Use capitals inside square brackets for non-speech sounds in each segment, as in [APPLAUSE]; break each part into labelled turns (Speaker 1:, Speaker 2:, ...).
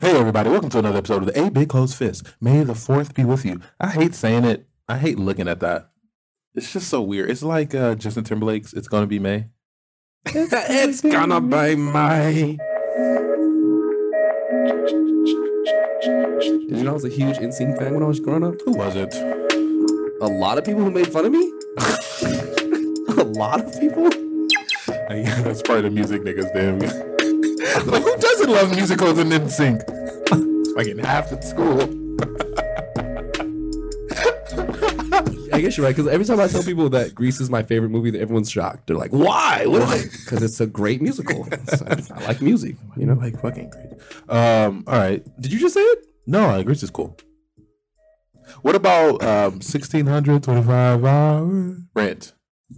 Speaker 1: Hey, everybody, welcome to another episode of the A Big Close Fist. May the 4th be with you. I hate saying it, I hate looking at that. It's just so weird. It's like uh, Justin Timberlake's It's Gonna Be May.
Speaker 2: [LAUGHS] it's gonna be my. Did you know I was a huge NSYNC fan when I was growing up?
Speaker 1: Who was it?
Speaker 2: A lot of people who made fun of me. [LAUGHS] a lot of people.
Speaker 1: Hey, [LAUGHS] That's part of the music niggas, damn. [LAUGHS] like, who doesn't love musicals and then sync? [LAUGHS] like in half the school.
Speaker 2: I guess you're right because every time I tell people that Grease is my favorite movie, that everyone's shocked. They're like, "Why? What?" Because it's a great [LAUGHS] musical. It's- I, I like music. You know.
Speaker 1: Like fucking great. Um, all right.
Speaker 2: Did you just say it?
Speaker 1: No, I agree. It's cool. What about um, 1625 hour rent?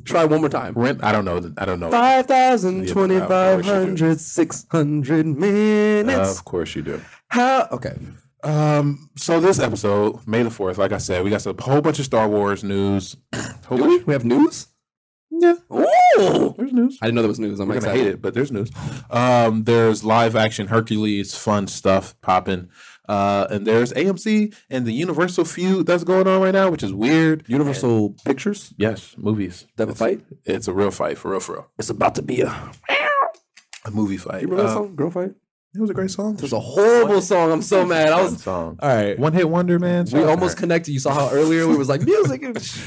Speaker 2: Try one more time.
Speaker 1: Rent? I don't know. I don't know.
Speaker 2: Five thousand
Speaker 1: Yeah,
Speaker 2: twenty-five
Speaker 1: of course
Speaker 2: hundred six hundred minutes.
Speaker 1: Of course you do.
Speaker 2: How? Okay.
Speaker 1: Um, so this episode, May the Fourth, like I said, we got a whole bunch of Star Wars news. [CLEARS THROAT] Whole
Speaker 2: Do
Speaker 1: bunch-
Speaker 2: we? We have news.
Speaker 1: Yeah,
Speaker 2: Ooh!
Speaker 1: there's news.
Speaker 2: I didn't know there was news. I'm
Speaker 1: We're gonna
Speaker 2: excited.
Speaker 1: hate it, but there's news. Um, there's live action Hercules, fun stuff popping. Uh, and there's AMC and the Universal feud that's going on right now, which is weird.
Speaker 2: Universal Pictures.
Speaker 1: Yes, movies.
Speaker 2: They have a fight.
Speaker 1: It's a real fight, for real, for real.
Speaker 2: It's about to be a.
Speaker 1: A movie fight.
Speaker 2: You remember that
Speaker 1: Uh,
Speaker 2: song, Girl Fight?
Speaker 1: It was a great song.
Speaker 2: There's a horrible song. I'm so mad. I was.
Speaker 1: song.
Speaker 2: All right.
Speaker 1: One hit wonder, man.
Speaker 2: We almost connected. You saw how earlier we was like music.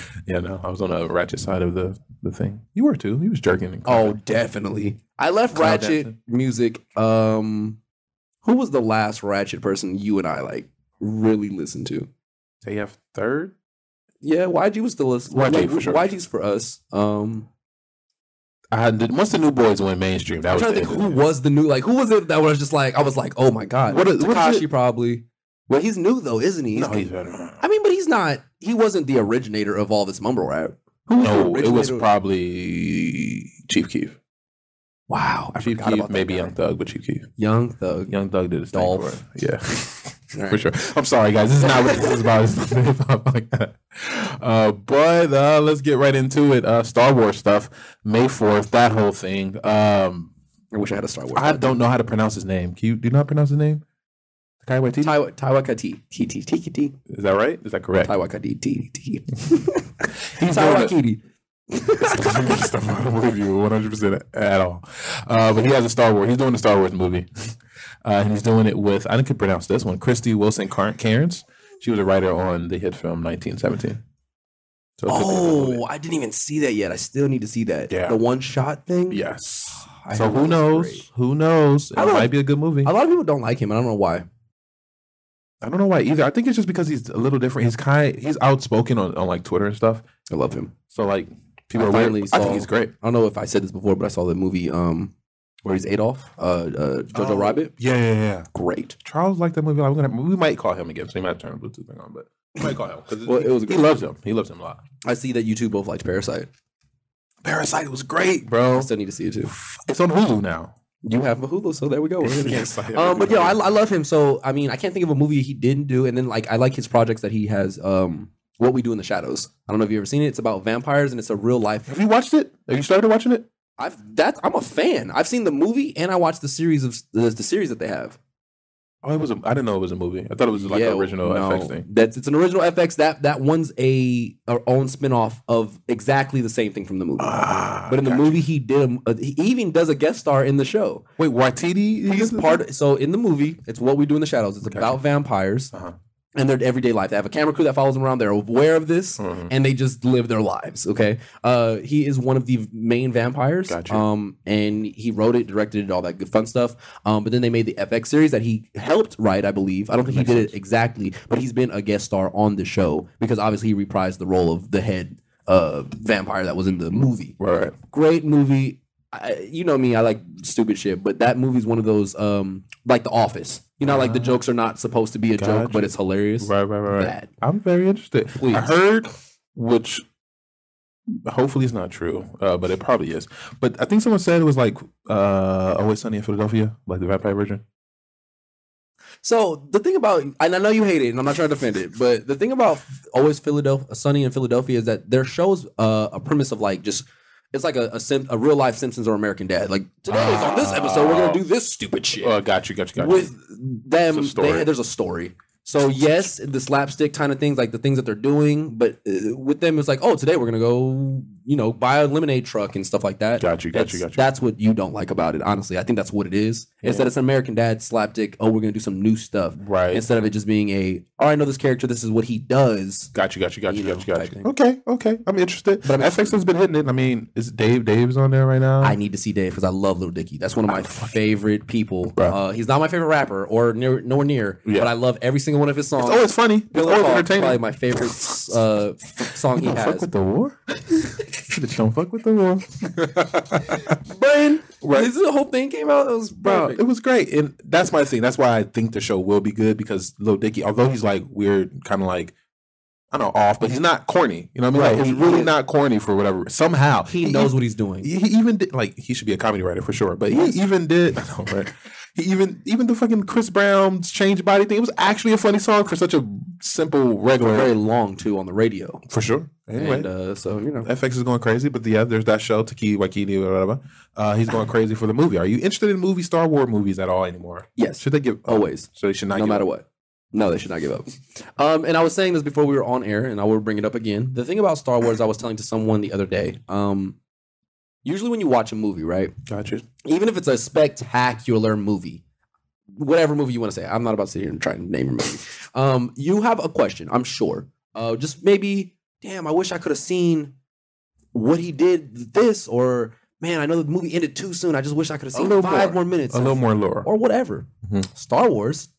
Speaker 1: [LAUGHS] Yeah, no, I was on the ratchet side of the the thing. You were too. You was jerking. And
Speaker 2: Oh, definitely. I left
Speaker 1: Cloud
Speaker 2: Ratchet
Speaker 1: dancing.
Speaker 2: music. Um, who was the last Ratchet person you and I like really listened to?
Speaker 1: TF third.
Speaker 2: Yeah, YG was the list.
Speaker 1: YG
Speaker 2: like,
Speaker 1: for sure.
Speaker 2: YG's for us. Um,
Speaker 1: I had did, once the new boys went mainstream. That
Speaker 2: I'm
Speaker 1: was
Speaker 2: trying
Speaker 1: the
Speaker 2: to think
Speaker 1: end of
Speaker 2: who
Speaker 1: it.
Speaker 2: was the new like who was it that was just like I was like oh my god
Speaker 1: What is- what is
Speaker 2: Takashi probably. Well, he's new though, isn't he?
Speaker 1: No, he's better.
Speaker 2: I mean, but he's not. He wasn't the originator of all this mumble rap. Who was
Speaker 1: No,
Speaker 2: the
Speaker 1: it was
Speaker 2: originator?
Speaker 1: probably Chief Keef.
Speaker 2: wow. I
Speaker 1: Chief
Speaker 2: forgot
Speaker 1: Keef,
Speaker 2: about that
Speaker 1: maybe
Speaker 2: guy.
Speaker 1: Young Thug, but Chief Keef.
Speaker 2: Young Thug.
Speaker 1: Young Thug did his thing
Speaker 2: Dolph.
Speaker 1: for it. Yeah, [LAUGHS]
Speaker 2: Alright.
Speaker 1: for sure. I'm sorry, guys. This is not what this is about. [LAUGHS] It's not hip hop like that. Uh, but uh, let's get right into it. Uh, Star Wars stuff. May fourth. That whole thing. Um,
Speaker 2: I wish I had a Star Wars.
Speaker 1: I don't know how to pronounce his name. Can you do you not pronounce his name? Taika Waititi?
Speaker 2: Taiwa Taiwa Kati T T T T T
Speaker 1: Is that right? Is that correct?
Speaker 2: Taiwa Kati T [LAUGHS] T
Speaker 1: He's
Speaker 2: Taiwa
Speaker 1: doing
Speaker 2: Kati.
Speaker 1: a- Stuff [LAUGHS] I don't believe you 100 percent at all. Uh, but he has a Star Wars. He's doing a Star Wars movie, [LAUGHS] uh, and he's doing it with I could pronounce this one. Christy Wilson Car- Cairns. She was a writer on the hit film 1917. So it could be another movie.
Speaker 2: Oh, I didn't even see that yet. I still need to see that.
Speaker 1: Yeah.
Speaker 2: The one shot thing.
Speaker 1: yes.
Speaker 2: I
Speaker 1: so
Speaker 2: heard
Speaker 1: who
Speaker 2: that was
Speaker 1: knows?
Speaker 2: great.
Speaker 1: Who knows? It
Speaker 2: I don't-
Speaker 1: might be a good movie.
Speaker 2: A lot of people don't like him. and I don't know why.
Speaker 1: I don't know why either. I think it's just because he's a little different. He's kind. He's outspoken on, on like Twitter and stuff.
Speaker 2: I love him.
Speaker 1: So like people
Speaker 2: I
Speaker 1: are weird.
Speaker 2: finally
Speaker 1: I think
Speaker 2: saw-
Speaker 1: he's great.
Speaker 2: I don't know if I said this before, but I saw the movie um where he's Adolf, uh, uh Jojo
Speaker 1: Oh.
Speaker 2: Rabbit.
Speaker 1: Yeah, yeah, yeah.
Speaker 2: Great.
Speaker 1: Charles liked that movie. a lot. We're gonna, we might call him again. So he might turn the Bluetooth thing on, but we might call him because
Speaker 2: Well, it was
Speaker 1: he
Speaker 2: great.
Speaker 1: loves him. He loves him a lot.
Speaker 2: I see that you two both liked Parasite.
Speaker 1: Parasite was great,
Speaker 2: I
Speaker 1: bro.
Speaker 2: still need to see it too.
Speaker 1: It's on Hulu now.
Speaker 2: You have a Hulu, so there we
Speaker 1: Oh,
Speaker 2: go.
Speaker 1: [LAUGHS]
Speaker 2: We're [LAUGHS] in again.
Speaker 1: I
Speaker 2: Um, but yo, I, I love him. So I mean, I can't think of a movie he didn't do. And then like, I like his projects that he has. Um, what we do in the shadows. I don't know if you have ever seen it. It's about vampires, and it's a real life.
Speaker 1: have you watched it? Have you started watching it?
Speaker 2: I've that I'm a fan. I've seen the movie, and I watched the series of the, the series that they have.
Speaker 1: Oh, it was. A, I didn't know it was a movie. I thought it was like
Speaker 2: Yeah,
Speaker 1: an original
Speaker 2: no,
Speaker 1: FX thing.
Speaker 2: That's it's an original FX. That that one's a our own spinoff of exactly the same thing from the movie.
Speaker 1: Ah,
Speaker 2: but in the
Speaker 1: gotcha.
Speaker 2: movie, he did. A, he even does a guest star in the show.
Speaker 1: wait, Waititi
Speaker 2: He's part. Of, so in the movie, it's what we do in the shadows. It's
Speaker 1: Gotcha.
Speaker 2: about vampires
Speaker 1: Uh-huh.
Speaker 2: and their everyday life. They have a camera crew that follows them around. They're aware of this,
Speaker 1: Mhm.
Speaker 2: and they just live their lives. Okay. Uh, he is one of the main vampires.
Speaker 1: Gotcha.
Speaker 2: Um, and he wrote it, directed it, all that good fun stuff. Um, but then they made the FX series that he helped write, I believe. I don't think he
Speaker 1: Makes
Speaker 2: did it exactly, but he's been a guest star on the show because obviously he reprised the role of the head uh vampire that was in the movie
Speaker 1: Right.
Speaker 2: great movie. I, you know me, I like stupid shit, but that movie's one of those um like The Office. You know, like the jokes are not supposed to be a joke,
Speaker 1: Ah. Gotcha.
Speaker 2: but it's hilarious.
Speaker 1: Right, right, right, right.
Speaker 2: Bad.
Speaker 1: I'm very interested.
Speaker 2: Please.
Speaker 1: I heard, which hopefully is not true, uh, but it probably is. But I think someone said it was like uh, Always Sunny in Philadelphia, like the vampire version.
Speaker 2: So the thing about, and I know you hate it, and I'm not trying to defend it, but the thing about always Philadelphia, Sunny in Philadelphia, is that their shows uh, a premise of like just. It's like a a, Sim, a real life Simpsons or American Dad. Like today is on this episode, we're gonna do this stupid shit
Speaker 1: Oh, got you, got you, got you.
Speaker 2: with them
Speaker 1: It's a story.
Speaker 2: they- there's a story so yes the slapstick kind of things like the things that they're doing but uh, with them it's like oh today we're gonna go you know buy a lemonade truck and stuff like that
Speaker 1: Got you, got
Speaker 2: that's,
Speaker 1: you, got you.
Speaker 2: that's what you don't like about it honestly i think that's what it is instead it's an american dad slapstick oh we're gonna do some new stuff
Speaker 1: Right.
Speaker 2: instead of it just being a oh i know this character this is what he does
Speaker 1: Got you, got you, got you,
Speaker 2: You
Speaker 1: got you,
Speaker 2: know,
Speaker 1: got
Speaker 2: type
Speaker 1: you.
Speaker 2: thing.
Speaker 1: Okay, okay. I'm interested. But
Speaker 2: But I mean-
Speaker 1: FX has been hitting it. I mean, is Dave? Dave's on there right now.
Speaker 2: I need to see Dave because I love Little Dicky. That's one of my favorite people.
Speaker 1: Bruh.
Speaker 2: Uh, he's not my favorite rapper or near, nowhere near,
Speaker 1: Yeah.
Speaker 2: but I love every single one of his songs.
Speaker 1: it's always funny. It's
Speaker 2: Pillar
Speaker 1: always
Speaker 2: Talk is probably
Speaker 1: entertaining.
Speaker 2: my favorite uh, f- song he
Speaker 1: Don't fuck
Speaker 2: has.
Speaker 1: with the war. [LAUGHS] Should've shown fuck with the war.
Speaker 2: Brain, right? the whole thing came out. It was
Speaker 1: Bro, it was great, and that's my thing. That's why I think the show will be good because Lil Dicky, although he's like weird, kind of like I don't know, off, but he's not corny. You know what I mean? Like,
Speaker 2: Right.
Speaker 1: he's really not corny for whatever. Somehow
Speaker 2: He knows what he's doing.
Speaker 1: he even did like he should be a comedy writer for sure. But he even did [LAUGHS] I know, right? he even even the fucking Chris Brown's change body thing. It was actually a funny song for such a simple regular
Speaker 2: Very long too on the radio,
Speaker 1: for sure. Anyway.
Speaker 2: and uh, so you know.
Speaker 1: FX is going crazy, but yeah, there's that show, Taki Waikiki, or whatever. Uh, he's going crazy for the movie. Are you interested in movie Star Wars movies at all anymore?
Speaker 2: Yes.
Speaker 1: Should they give up?
Speaker 2: Always.
Speaker 1: So they should not.
Speaker 2: no
Speaker 1: give
Speaker 2: matter
Speaker 1: up.
Speaker 2: what. No, they should not give up. Um, and I was saying this before we were on air, and I will bring it up again. The thing about Star Wars, I was telling to someone the other day. Um, usually, when you watch a movie, right,
Speaker 1: Gotcha.
Speaker 2: even if it's a spectacular movie, whatever movie you want to say, I'm not about to sit here and try and name a movie. Um, you have a question, I'm sure. Uh, just maybe, damn, I wish I could have seen what he did this, or man, I know the movie ended too soon. I just wish I could have seen
Speaker 1: little
Speaker 2: five more,
Speaker 1: more.
Speaker 2: minutes,
Speaker 1: A little more lore.
Speaker 2: or whatever.
Speaker 1: Mhm.
Speaker 2: Star Wars,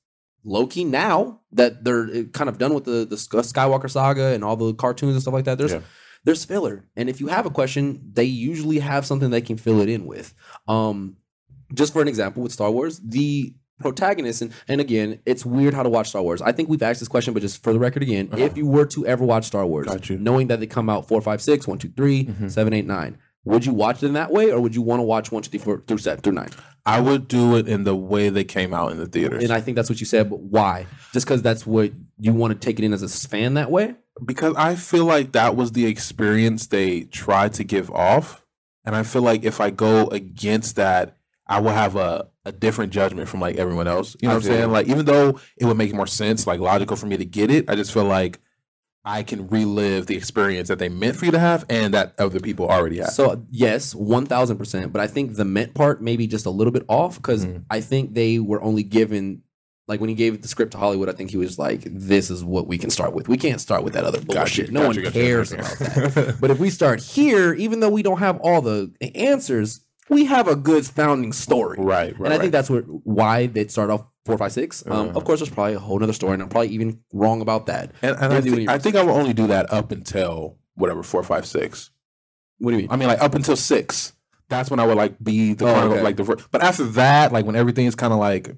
Speaker 2: Loki. Now that they're uh, kind of done with the the Sk- Skywalker saga and all the cartoons and stuff like that, there's
Speaker 1: Yeah.
Speaker 2: there's filler, and if you have a question, they usually have something they can fill it in with. Um, just for an example, with Star Wars, the protagonist, and, and again, it's weird how to watch Star Wars. I think we've asked this question, but just for the record again, if you were to ever watch Star Wars,
Speaker 1: Uh-huh. Got you. Mm-hmm.
Speaker 2: knowing that they come out four, five, six, one, two, three, seven, eight, nine, would you watch it in that way, or would you want to watch one, two, three, four, through seven, through nine?
Speaker 1: I would do it in the way they came out in the theaters
Speaker 2: And I think that's what you said, but why? Just because that's what you want to take it in as a fan that way?
Speaker 1: because I feel like that was the experience they tried to give off, and I feel like if I go against that, I will have a a different judgment from like everyone else. You know
Speaker 2: I
Speaker 1: what I'm
Speaker 2: feel
Speaker 1: saying?
Speaker 2: you.
Speaker 1: Like even though it would make more sense, like logical for me to get it, I just feel like. I can relive the experience that they meant for you to have and that other people already have.
Speaker 2: So yes, one thousand percent. But I think the meant part maybe just a little bit off because
Speaker 1: Mm-hmm.
Speaker 2: I think they were only given like when he gave the script to Hollywood. I think he was like, "This is what we can start with. We can't start with that other bullshit. no one cares about that." but if we start here, even though we don't have all the a- answers, we have a good founding story.
Speaker 1: [LAUGHS] Right, right.
Speaker 2: and I
Speaker 1: right. Uh-huh.
Speaker 2: think that's what why they start off four, five, six. Um, Of course, there's probably a whole other story, and I'm probably even wrong about that.
Speaker 1: And, and I,
Speaker 2: Really, when
Speaker 1: think,
Speaker 2: you're-
Speaker 1: I think I will only do that up until whatever four, five, six.
Speaker 2: What do you mean?
Speaker 1: I mean, like up until six. That's when I would like be the
Speaker 2: Oh,
Speaker 1: chronicle-
Speaker 2: okay.
Speaker 1: like the. fir- But after that, like when everything is kind of like,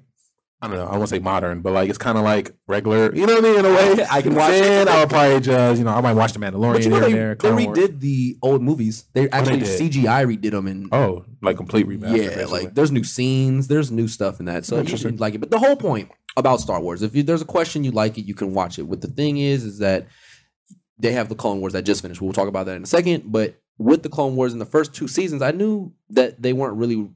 Speaker 1: I don't know. I won't say modern, but like it's kind of like regular. You know what I mean? In a way,
Speaker 2: [LAUGHS] I can watch
Speaker 1: Then
Speaker 2: it.
Speaker 1: I'll probably just you know I might watch the Mandalorian
Speaker 2: But you know
Speaker 1: here
Speaker 2: they,
Speaker 1: and there.
Speaker 2: they
Speaker 1: Clone Wars. Oh,
Speaker 2: redid the old movies. They actually
Speaker 1: did.
Speaker 2: CGI redid them and
Speaker 1: Oh, like complete remaster.
Speaker 2: yeah,
Speaker 1: basically.
Speaker 2: like there's new scenes, there's new stuff in that. So you
Speaker 1: Interesting.
Speaker 2: should like it. But the whole point about Star Wars, if you, there's a question you like it, you can watch it. What the thing is, is that they have the Clone Wars that just finished. We'll talk about that in a second. But with the Clone Wars in the first two seasons, I knew that they weren't really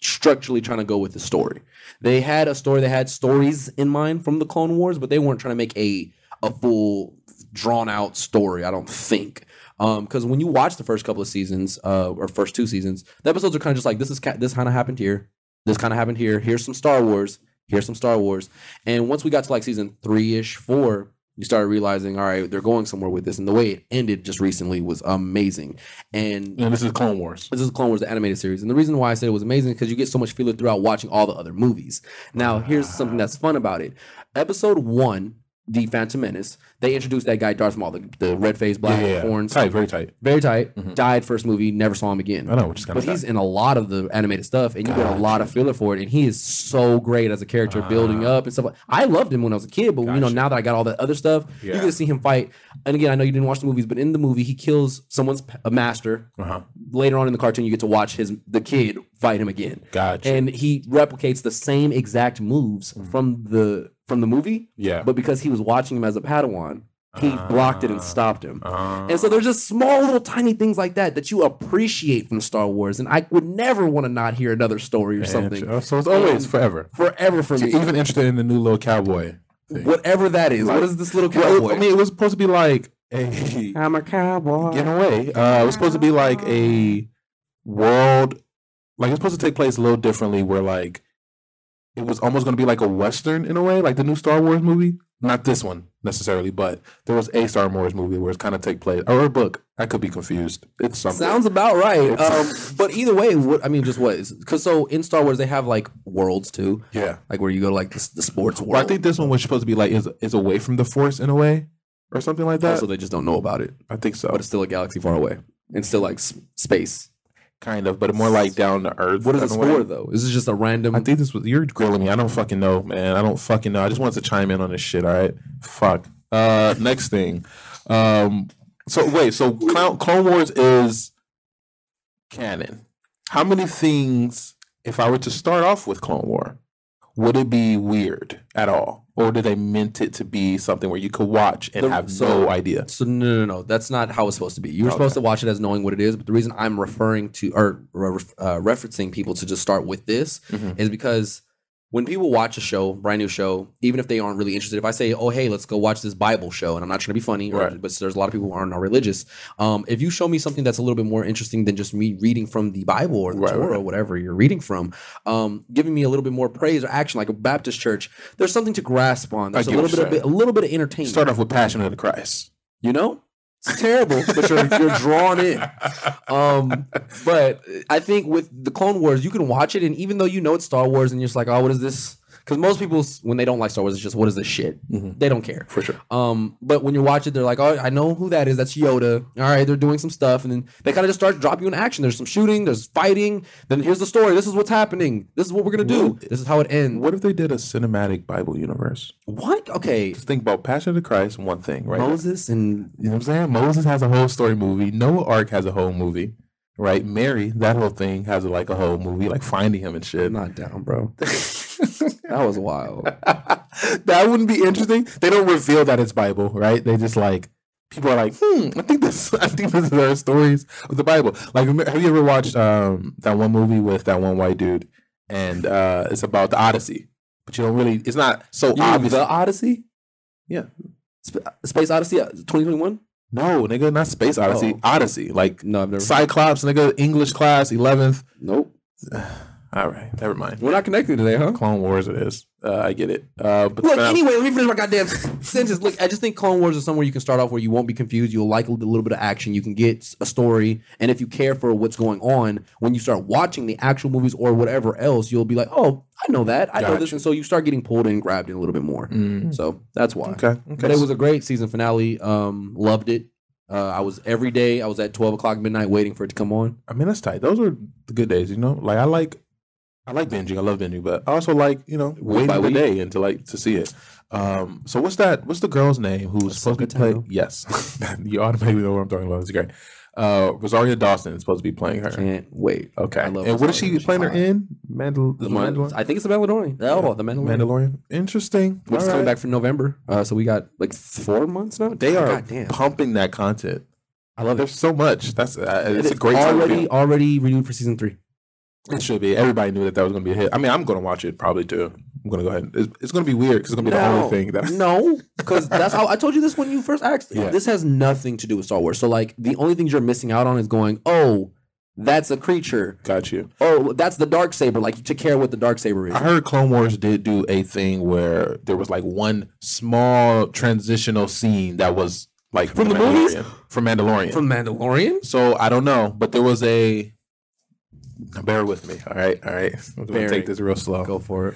Speaker 2: structurally trying to go with the story. They had a story, they had stories in mind from the Clone Wars, but they weren't trying to make a a full drawn out story, I don't think. Um, because when you watch the first couple of seasons, uh, or first two seasons, the episodes are kind of just like this is ca- this kind of happened here, this kind of happened here. Here's some Star Wars, here's some Star Wars, and once we got to like season three ish, four, you started realizing, all right, they're going somewhere with this, and the way it ended just recently was amazing. And
Speaker 1: and this is Clone Wars.
Speaker 2: this is Clone Wars, the animated series. And the reason why I said it was amazing is because you get so much feeling throughout watching all the other movies. Now, here's something that's fun about it. Episode one the Phantom Menace, they introduced that guy Darth Maul, the, the red face, black
Speaker 1: yeah, yeah, yeah.
Speaker 2: horns,
Speaker 1: tight, very tight.
Speaker 2: very tight. Died first movie, never saw him again.
Speaker 1: I know, which is kind
Speaker 2: But
Speaker 1: of
Speaker 2: he's in a lot of the animated stuff, and you get a lot of filler for it. And he is so great as a character, building up and stuff. like- I loved him when I was a kid, but you know,
Speaker 1: Ah. Gotcha.
Speaker 2: now that I got all that other stuff, you
Speaker 1: Yeah.
Speaker 2: get to see him fight. And again, I know you didn't watch the movies, but in the movie, he kills someone's p- a master.
Speaker 1: uh-huh.
Speaker 2: Later on in the cartoon, you get to watch his the kid fight him again,
Speaker 1: Gotcha.
Speaker 2: and he replicates the same exact moves from the from the movie.
Speaker 1: Mm-hmm. yeah. Ah.
Speaker 2: But because he was watching him as a Padawan, he blocked it and stopped him.
Speaker 1: uh,
Speaker 2: And so there's just small little tiny things like that that you appreciate from Star Wars, and I would never want to not hear another story or something Um,
Speaker 1: and- so it's always forever.
Speaker 2: forever for me.
Speaker 1: Even interested in the new little cowboy.
Speaker 2: [LAUGHS] Whatever that is, what is this little
Speaker 1: Well,
Speaker 2: cowboy?
Speaker 1: I mean, it was supposed to be like a
Speaker 2: I'm a cowboy.
Speaker 1: in a way. Uh, it was supposed to be like a world, like it's supposed to take place a little differently, where like it was almost going to be like a western in a way, like the new Star Wars movie. Not this one necessarily, but there was a Star Wars movie where it's kind of take place or a book. I could be confused. It's something.
Speaker 2: Sounds about right. Um, but either way, what I mean, just what? Because so in Star Wars they have like worlds too,
Speaker 1: yeah.
Speaker 2: like where you go to like the, the sports world.
Speaker 1: Well, I think this one was supposed to be like is is away from the Force in a way or something like that.
Speaker 2: also they just don't know about it,
Speaker 1: I think so.
Speaker 2: but it's still a galaxy far away, and still like s- space.
Speaker 1: kind of, but more like down to earth.
Speaker 2: What is
Speaker 1: in
Speaker 2: this
Speaker 1: a way.
Speaker 2: for though? Is this just a random?
Speaker 1: I think this was you're grilling me. I don't fucking know, man. I don't fucking know. I just wanted to chime in on this shit. All right, fuck. Uh, next thing. Um, so wait, so Clown, Clone Wars is canon. How many things, if I were to start off with Clone War, would it be weird at all, or did they meant it to be something where you could watch and
Speaker 2: The-
Speaker 1: have
Speaker 2: so-
Speaker 1: no idea?
Speaker 2: So no, no, no, no, that's not how it's supposed to be. You were supposed to watch it as knowing what it is, but the reason I'm referring to or re- uh, referencing people to just start with this
Speaker 1: Mhm.
Speaker 2: is because when people watch a show, brand new show, even if they aren't really interested, if I say, "Oh, hey, let's go watch this Bible show," and I'm not trying to be funny, or-
Speaker 1: Right.
Speaker 2: but there's a lot of people who aren't are religious. Um, if you show me something that's a little bit more interesting than just me reading from the Bible or the
Speaker 1: Right,
Speaker 2: Torah
Speaker 1: right.
Speaker 2: or whatever you're reading from, um, giving me a little bit more praise or action, like a Baptist church, there's something to grasp on. There's a
Speaker 1: get what
Speaker 2: little bit,
Speaker 1: you're
Speaker 2: of, bit- a little bit of entertainment
Speaker 1: Start off with Passion of the Christ.
Speaker 2: you know it's terrible but you're, you're drawn in um but i think with the clone wars you can watch it and even though you know it's star wars and you're just like oh what is this because most people when they don't like star wars it's just what is this shit they don't care
Speaker 1: For sure.
Speaker 2: um but when you watch it they're like oh i know who that is that's yoda all right they're doing some stuff and then they kind of just start dropping you in action there's some shooting there's fighting then here's the story this is what's happening this is what we're gonna do this is how it ends
Speaker 1: What if they did a cinematic Bible universe?
Speaker 2: what okay
Speaker 1: Just think about Passion of the Christ, one thing, right?
Speaker 2: moses and
Speaker 1: You know what I'm saying? Moses has a whole story movie. Noah Ark has a whole movie, right? Mary, that whole thing has like a whole movie, like finding him and shit.
Speaker 2: i'm not down bro that was wild
Speaker 1: [LAUGHS] that wouldn't be interesting. They don't reveal that it's Bible, right? They just like people are like, hmm, I think this, [LAUGHS] I think this is our stories of the Bible. Like, remember- have you ever watched um that one movie with that one white dude, and uh it's about the Odyssey, but you don't really, it's not so
Speaker 2: You mean
Speaker 1: obvious.
Speaker 2: The Odyssey?
Speaker 1: Yeah.
Speaker 2: Sp- Space Odyssey uh, 2021?
Speaker 1: no, nigga, not Space Odyssey,
Speaker 2: Oh.
Speaker 1: Odyssey, like
Speaker 2: No, I've never.
Speaker 1: Cyclops, nigga, English class, eleventh.
Speaker 2: nope.
Speaker 1: All right, never mind.
Speaker 2: We're not connected today, huh?
Speaker 1: Clone Wars it is. Uh, I get it. Uh, but
Speaker 2: Look,
Speaker 1: then I-
Speaker 2: anyway, let me finish my goddamn [LAUGHS] sentence. Look, I just think Clone Wars is somewhere you can start off where you won't be confused. You'll like a little bit of action. You can get a story. And if you care for what's going on, when you start watching the actual movies or whatever else, you'll be like, oh, I know that. I know this.
Speaker 1: Gotcha.
Speaker 2: And so you start getting pulled in, grabbed in a little bit more.
Speaker 1: Mm,
Speaker 2: So that's why.
Speaker 1: okay,
Speaker 2: But
Speaker 1: okay.
Speaker 2: it was a great season finale. Um, loved it. Uh, I was every day, I was at 12 o'clock midnight waiting for it to come on.
Speaker 1: I mean, that's tight. Those were the good days, you know. Like I like, I like binging. I love binging, but I also like you know waiting
Speaker 2: by
Speaker 1: the
Speaker 2: week.
Speaker 1: day and to like to see it. Um, so what's that? What's the girl's name who's supposed to be playing?
Speaker 2: Sokotano.
Speaker 1: Yes, [LAUGHS] you automatically know what I'm talking about. It's great. Uh, Rosario Dawson is supposed to be playing her.
Speaker 2: Can't wait.
Speaker 1: Okay,
Speaker 2: I love
Speaker 1: and what is
Speaker 2: Rosario.
Speaker 1: she
Speaker 2: She's
Speaker 1: playing her
Speaker 2: hot.
Speaker 1: in? Mandal-
Speaker 2: The
Speaker 1: the
Speaker 2: Mandal-
Speaker 1: Mandalorian.
Speaker 2: I think it's the Mandalorian. Oh, the Mandalorian.
Speaker 1: Mandalorian. Interesting.
Speaker 2: Which is
Speaker 1: All Oh,
Speaker 2: coming
Speaker 1: right.
Speaker 2: back for November. Uh, so we got like four months now.
Speaker 1: They are
Speaker 2: Goddamn.
Speaker 1: pumping that content.
Speaker 2: I love it.
Speaker 1: There's so much. That's uh, it's
Speaker 2: It
Speaker 1: a
Speaker 2: is
Speaker 1: great time
Speaker 2: already
Speaker 1: period.
Speaker 2: already renewed for season three.
Speaker 1: It should be. Everybody knew that that was going to be a hit. I mean, I'm going to watch it probably too. I'm going to go ahead. and- It's, it's going to be weird because it's going to be the only thing that.
Speaker 2: no, because that's how I told you this when you first asked.
Speaker 1: Yeah.
Speaker 2: This has nothing to do with Star Wars. So like the only things you're missing out on is going, oh, that's a creature.
Speaker 1: [LAUGHS] Got you.
Speaker 2: Oh, that's the dark saber. Like you took care of what the dark
Speaker 1: [LAUGHS]
Speaker 2: saber is.
Speaker 1: I heard Clone Wars did do a thing where there was like one small transitional scene that was like
Speaker 2: From the movies?
Speaker 1: Mandalorian. From Mandalorian.
Speaker 2: From Mandalorian.
Speaker 1: so I don't know, but there was a. Bear with me. All right. All right. I'm going to
Speaker 2: Bearing.
Speaker 1: take this real slow.
Speaker 2: Go for it.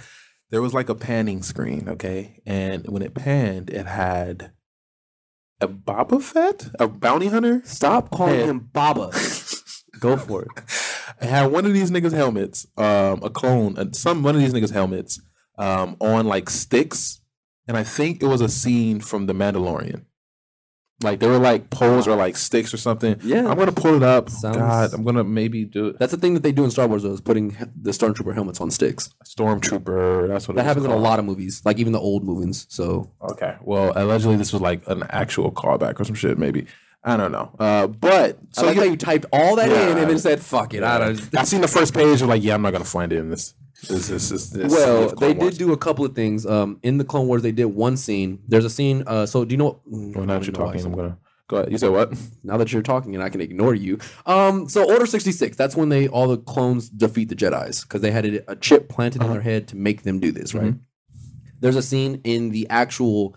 Speaker 1: there was like a panning screen, okay? And when it panned, it had a Boba Fett, a bounty hunter.
Speaker 2: Stop calling
Speaker 1: Hey.
Speaker 2: him Baba. Go
Speaker 1: [LAUGHS]
Speaker 2: for it.
Speaker 1: I had one of these niggas' helmets, um, a clone, uh, some one of these niggas' helmets um, on like sticks, and I think it was a scene from The Mandalorian. Like there were like poles or like sticks or something.
Speaker 2: Yeah.
Speaker 1: I'm gonna pull it up.
Speaker 2: Sounds-
Speaker 1: God, I'm gonna maybe do it.
Speaker 2: That's the thing that they do in Star Wars, though, is putting he- the Stormtrooper helmets on sticks.
Speaker 1: Stormtrooper. That's what it
Speaker 2: That
Speaker 1: was
Speaker 2: happens in a
Speaker 1: called.
Speaker 2: lot of movies, like even the old movies. So
Speaker 1: Okay. Well, allegedly this was like an actual callback or some shit. Maybe I don't know. Uh, but
Speaker 2: I like
Speaker 1: you-
Speaker 2: how you typed all that in
Speaker 1: Yeah.
Speaker 2: and then said, fuck it. I don't.
Speaker 1: I seen the first page. I'm like, yeah, I'm not gonna find it in this. This, this, this, this
Speaker 2: Well,
Speaker 1: Clone
Speaker 2: they
Speaker 1: Wars.
Speaker 2: did do a couple of things. Um, in the Clone Wars, they did one scene. There's a scene. Uh, so do you know? What, mm,
Speaker 1: Well,
Speaker 2: I
Speaker 1: now
Speaker 2: don't
Speaker 1: that you're
Speaker 2: know why I
Speaker 1: talking,
Speaker 2: said
Speaker 1: I'm gonna go ahead. You said what?
Speaker 2: now that you're talking and I can ignore you. Um, so Order 66, that's when they all the clones defeat the Jedi's because they had a, a chip planted
Speaker 1: Uh-huh.
Speaker 2: in their head to make them do this, right?
Speaker 1: Mm-hmm.
Speaker 2: There's a scene in the actual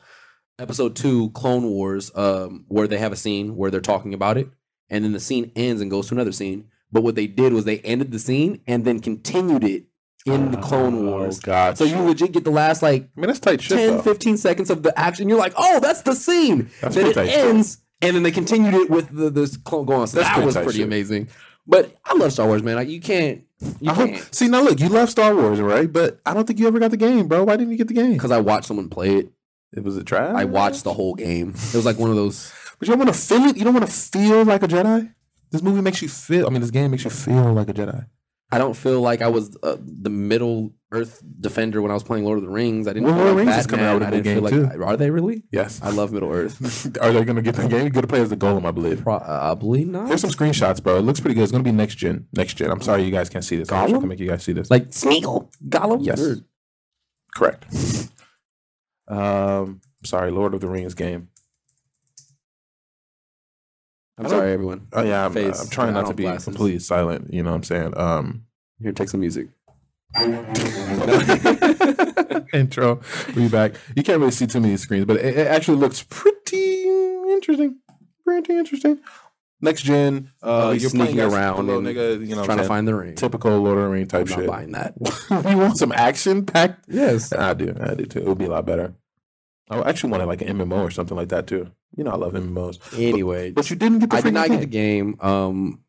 Speaker 2: episode 2 Clone Wars um, where they have a scene where they're talking about it and then the scene ends and goes to another scene. But what they did was they ended the scene and then continued it in the Clone Wars.
Speaker 1: Oh, God.
Speaker 2: So you legit get the last like
Speaker 1: I mean, that's tight shit.
Speaker 2: 10,
Speaker 1: though.
Speaker 2: 15 seconds of the action. You're like, oh, that's the scene.
Speaker 1: That's
Speaker 2: then it
Speaker 1: pretty tight shit.
Speaker 2: ends, and then they continued it with the, this clone going. So
Speaker 1: That's
Speaker 2: that
Speaker 1: pretty
Speaker 2: was
Speaker 1: tight
Speaker 2: pretty
Speaker 1: shit.
Speaker 2: amazing. But I love Star Wars, man. Like, you can't, you
Speaker 1: I hope,
Speaker 2: can't,
Speaker 1: see now, look, you love Star Wars, right? But I don't think you ever got the game, bro. Why didn't you get the game?
Speaker 2: because I watched someone play it.
Speaker 1: it was a try.
Speaker 2: I watched the whole game. It was like one of those.
Speaker 1: but you don't want to feel it. You don't want to feel like a Jedi. This movie makes you feel. I mean, this game makes you feel like a Jedi.
Speaker 2: I don't feel like I was uh, the Middle Earth defender when I was playing Lord of the Rings. I didn't.
Speaker 1: Well,
Speaker 2: feel
Speaker 1: Lord of
Speaker 2: like
Speaker 1: the Rings is coming out
Speaker 2: Batman.
Speaker 1: with a
Speaker 2: I
Speaker 1: new
Speaker 2: didn't feel
Speaker 1: game,
Speaker 2: like. Are they really?
Speaker 1: Yes.
Speaker 2: I love Middle Earth.
Speaker 1: [LAUGHS] Are they gonna get the game? You're gonna play as the Golem, I believe.
Speaker 2: Probably not.
Speaker 1: Here's some screenshots, bro. It looks pretty good. It's gonna be next gen. Next gen. I'm sorry you guys can't see this. I wish I
Speaker 2: Gollum?
Speaker 1: could make you guys see this.
Speaker 2: Like Smeagol, Gollum.
Speaker 1: Yes.
Speaker 2: Sure.
Speaker 1: Correct. Um, sorry, Lord of the Rings game.
Speaker 2: I'm
Speaker 1: I don't-
Speaker 2: sorry, everyone.
Speaker 1: Oh yeah, I'm,
Speaker 2: Face.
Speaker 1: I'm trying
Speaker 2: I
Speaker 1: not
Speaker 2: don't
Speaker 1: to
Speaker 2: have
Speaker 1: be
Speaker 2: glasses.
Speaker 1: completely silent. You know what I'm saying? Um, [LAUGHS]
Speaker 2: Here, take some music. [LAUGHS]
Speaker 1: intro. We back. You can't really see too many screens, but it, it actually looks pretty interesting. Pretty interesting. Next gen. Uh,
Speaker 2: Oh, he's
Speaker 1: you're playing
Speaker 2: sneaking
Speaker 1: as a
Speaker 2: around
Speaker 1: little
Speaker 2: and
Speaker 1: nigga. You know,
Speaker 2: trying to find the ring.
Speaker 1: typical Lord of the Ring type
Speaker 2: I'm not
Speaker 1: shit.
Speaker 2: buying that.
Speaker 1: [LAUGHS] you want some action packed?
Speaker 2: Yes.
Speaker 1: I do. I do too. It would be a lot better. I actually wanted like an MMO or something like that too. You know, I love MMOs.
Speaker 2: [LAUGHS] Anyway,
Speaker 1: But you didn't get the
Speaker 2: I did
Speaker 1: freaking
Speaker 2: not
Speaker 1: game.
Speaker 2: get the game.
Speaker 1: [LAUGHS]
Speaker 2: Um,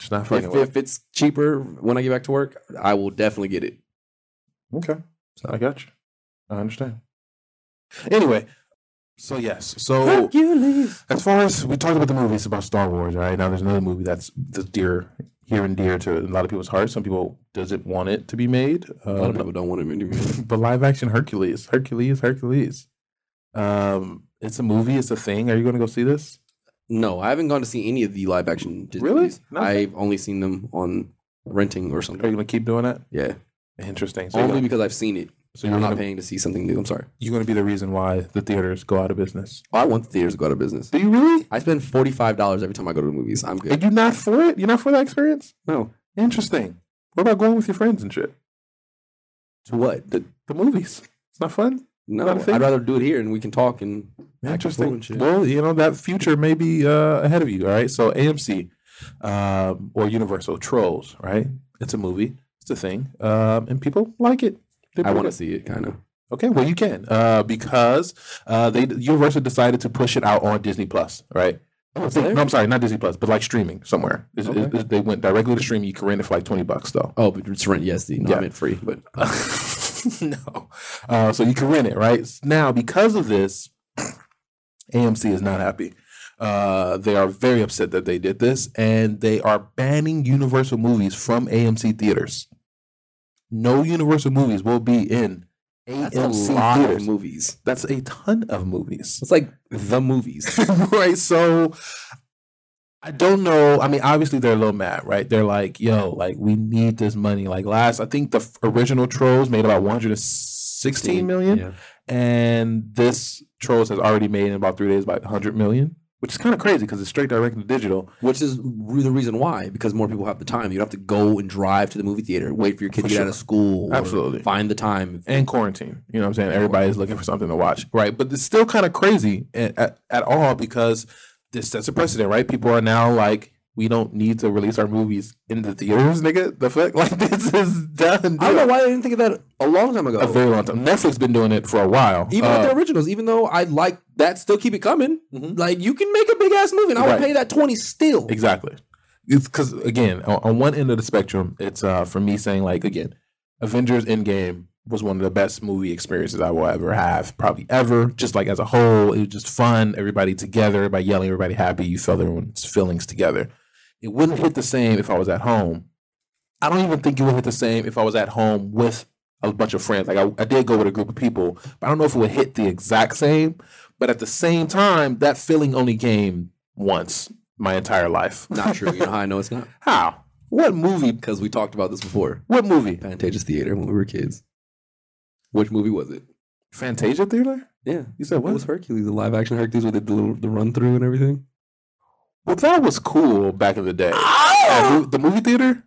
Speaker 1: It's not fucking
Speaker 2: if, if it's cheaper when I get back to work, I will definitely get it.
Speaker 1: Okay. I got you. I understand. Anyway, so yes.
Speaker 2: [LAUGHS]
Speaker 1: So
Speaker 2: Hercules.
Speaker 1: as far as we talked about the movies about Star Wars, right? Now there's another movie that's that's dear here and dear to a lot of people's hearts. Some people doesn't want it to be made.
Speaker 2: A lot of
Speaker 1: Um,
Speaker 2: people don't want him anymore.
Speaker 1: [LAUGHS] but live action Hercules. Hercules, Hercules. Um it's a movie, it's a thing. Are you gonna go see this?
Speaker 2: No, I haven't gone to see any of the live action. Disney
Speaker 1: Really?
Speaker 2: movies.
Speaker 1: Nothing?
Speaker 2: I've only seen them on renting or
Speaker 1: Are
Speaker 2: something.
Speaker 1: you gonna keep doing that?
Speaker 2: Yeah,
Speaker 1: Interesting. So, you're
Speaker 2: only
Speaker 1: gonna,
Speaker 2: because I've seen it.
Speaker 1: so
Speaker 2: And
Speaker 1: you're,
Speaker 2: I'm not
Speaker 1: gonna,
Speaker 2: paying to see something new. I'm sorry.
Speaker 1: you're gonna be the reason why the theaters go out of business.
Speaker 2: I want the theaters to go out of business.
Speaker 1: Do you really?
Speaker 2: I spend forty five dollars every time I go to the movies. I'm
Speaker 1: Are
Speaker 2: good.
Speaker 1: you not for it? You're not for that experience?
Speaker 2: No.
Speaker 1: Interesting. What about going with your friends and shit?
Speaker 2: To what? The,
Speaker 1: The movies. It's not fun.
Speaker 2: no,
Speaker 1: Not a thing?
Speaker 2: I'd rather do it here and we can talk and
Speaker 1: Interesting.
Speaker 2: and shit.
Speaker 1: Well, you know that future may be uh, ahead of you. All right. So AMC um, or Universal Trolls. Right. It's a movie. It's a thing, um, and people like it. They
Speaker 2: I
Speaker 1: like
Speaker 2: want to
Speaker 1: it.
Speaker 2: see it kind of.
Speaker 1: Okay, well you can uh, because uh, they Universal decided to push it out on Disney Plus, right?
Speaker 2: Oh, it's
Speaker 1: no,
Speaker 2: there?
Speaker 1: I'm sorry, not Disney Plus, but like streaming somewhere. It's- it's- they went directly to stream. You can rent it for like twenty bucks though. [LAUGHS]
Speaker 2: Oh, but it's rent. Yes, the, no,
Speaker 1: Yeah.
Speaker 2: I meant free. But
Speaker 1: no. Uh, so you can rent it, right? Now, because of this, [CLEARS THROAT] AMC is not happy. Uh, they are very upset that they did this, and they are banning Universal movies from AMC theaters. No Universal movies will be in
Speaker 2: that's
Speaker 1: AMC
Speaker 2: a lot
Speaker 1: theaters.
Speaker 2: of movies.
Speaker 1: That's a ton of movies. [LAUGHS]
Speaker 2: It's like the movies.
Speaker 1: right? So I don't know. I mean, obviously they're a little mad, right? They're like, "Yo, like we need this money." Like last, I think the f- original trolls made about 116 million,
Speaker 2: Yeah.
Speaker 1: and this trolls has already made in about three days about 100 million, which is kind of crazy because it's straight direct to digital.
Speaker 2: Which is re- the reason why, because more people have the time. You don't have to go and drive to the movie theater, wait for your kid
Speaker 1: For
Speaker 2: to get out
Speaker 1: sure.
Speaker 2: of school. or
Speaker 1: Absolutely.
Speaker 2: Find the time.
Speaker 1: and quarantine. You know what I'm saying? Everybody's looking for something to watch, right? But it's still kind of crazy at, at, at all because this sets a precedent, right? People are now like, we don't need to release our movies in the theaters, nigga. The fuck, [LAUGHS] like this is done.
Speaker 2: I don't know
Speaker 1: dude.
Speaker 2: why I didn't think of that a long time ago.
Speaker 1: A very long time. Netflix been doing it for a while.
Speaker 2: even
Speaker 1: Uh,
Speaker 2: with the originals, even though I like that, still keep it coming.
Speaker 1: Mhm.
Speaker 2: Like you can make a big ass movie, and I would
Speaker 1: Right.
Speaker 2: pay that twenty still.
Speaker 1: Exactly. It's because again, on, on one end of the spectrum, it's uh for me saying like again, Avengers Endgame was one of the best movie experiences I will ever have, probably ever. Just like as a whole, it was just fun. Everybody together, everybody yelling, everybody happy. You felt everyone's feelings together. It wouldn't hit the same if I was at home. I don't even think it would hit the same if I was at home with a bunch of friends. Like I, I did go with a group of people, but I don't know if it would hit the exact same. But at the same time, that feeling only came once my entire life.
Speaker 2: Not true. You know how I know it's [LAUGHS] not?
Speaker 1: How? What movie?
Speaker 2: Because we talked about this before.
Speaker 1: What movie?
Speaker 2: Pantages Theater when we were kids. Which movie was it?
Speaker 1: Fantasia Theater?
Speaker 2: Yeah.
Speaker 1: You said
Speaker 2: What
Speaker 1: what?
Speaker 2: was Hercules? The live action Hercules with the, little the run through and everything?
Speaker 1: Well, that was cool back in the day.
Speaker 2: Ah!
Speaker 1: Uh,
Speaker 2: Oh!
Speaker 1: mo- the movie theater?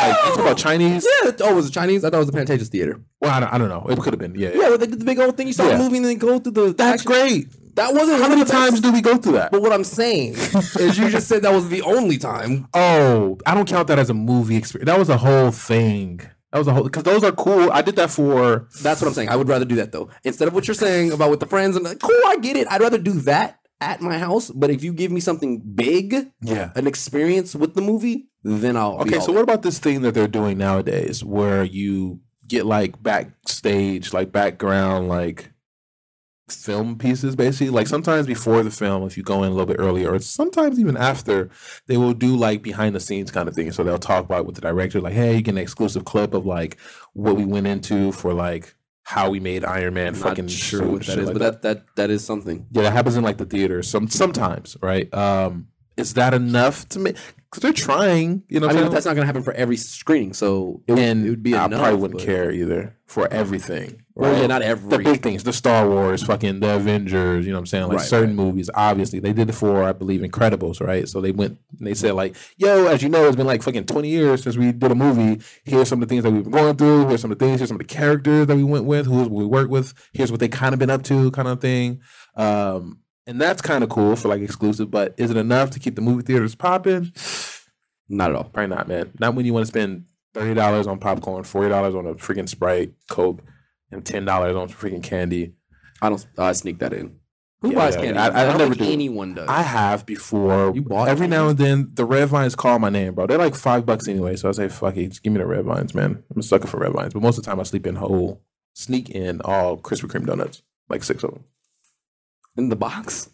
Speaker 1: Like, it's about Chinese?
Speaker 2: Yeah. Oh, was it Chinese? I thought it was the Pantages Theater.
Speaker 1: Well, I don't, I don't know. It could have been. Yeah.
Speaker 2: Yeah, with the, the big old thing you start
Speaker 1: Yeah.
Speaker 2: moving and then go through the.
Speaker 1: That's
Speaker 2: action-
Speaker 1: great.
Speaker 2: That wasn't
Speaker 1: How
Speaker 2: one of
Speaker 1: many
Speaker 2: the best-
Speaker 1: times do we go through that?
Speaker 2: [LAUGHS] But what I'm saying is, you just said that was the only time.
Speaker 1: Oh, I don't count that as a movie experience. That was a whole thing. That was a whole because those are cool. I did that for
Speaker 2: That's what I'm saying. I would rather do that though, instead of what you're saying about with the friends and like, cool. I get it. I'd rather do that at my house. But if you give me something big,
Speaker 1: yeah.
Speaker 2: an experience with the movie, then I'll. be
Speaker 1: Okay,
Speaker 2: all
Speaker 1: so what about this thing that they're doing nowadays where you get like backstage, like background, like film pieces basically? Like sometimes before the film, if you go in a little bit earlier, or sometimes even after, they will do like behind the scenes kind of thing. So they'll talk about it with the director, like, hey, you get an exclusive clip of like what we went into for like how we made Iron Man
Speaker 2: I'm not
Speaker 1: fucking
Speaker 2: sure
Speaker 1: suit,
Speaker 2: what that
Speaker 1: shit
Speaker 2: is,
Speaker 1: like
Speaker 2: but that that that is something.
Speaker 1: Yeah, that happens in like the theater some sometimes, right? Um, is that enough to make? Because they're trying, you know. What I'm
Speaker 2: I mean, but
Speaker 1: saying?
Speaker 2: that's not going to happen for every screening, so it,
Speaker 1: and
Speaker 2: it would be
Speaker 1: I
Speaker 2: enough.
Speaker 1: probably wouldn't
Speaker 2: but-
Speaker 1: care either for everything.
Speaker 2: Well,
Speaker 1: Right?
Speaker 2: yeah, not
Speaker 1: the
Speaker 2: every.
Speaker 1: big things, the Star Wars, fucking the Avengers. You know what I'm saying? Like
Speaker 2: Right,
Speaker 1: certain movies, obviously they did it for, I believe, Incredibles, right? So they went and they said like, "Yo, as you know, it's been like fucking 20 years since we did a movie. Here's some of the things that we've been going through. Here's some of the things. Here's some of the characters that we went with, who we worked with. Here's what they kind of been up to, kind of thing." Um, and that's kind of cool for like exclusive, but is it enough to keep the movie theaters popping?
Speaker 2: Not at all.
Speaker 1: Probably not, man. Not when you want to spend thirty dollars on popcorn, forty dollars on a freaking Sprite, Coke, and ten dollars on freaking candy.
Speaker 2: I don't. I sneak that in. Who
Speaker 1: Yeah,
Speaker 2: buys
Speaker 1: yeah,
Speaker 2: candy?
Speaker 1: I- I
Speaker 2: don't
Speaker 1: never
Speaker 2: think
Speaker 1: do.
Speaker 2: Anyone does.
Speaker 1: I have before.
Speaker 2: You bought
Speaker 1: every
Speaker 2: it?
Speaker 1: now and then the red vines call my name, bro. They're like five bucks anyway, so I say fuck it, just give me the red vines, man. I'm a sucker for red vines, but most of the time I sleep in whole, sneak in all Krispy Kreme donuts, like six of them.
Speaker 2: in the box.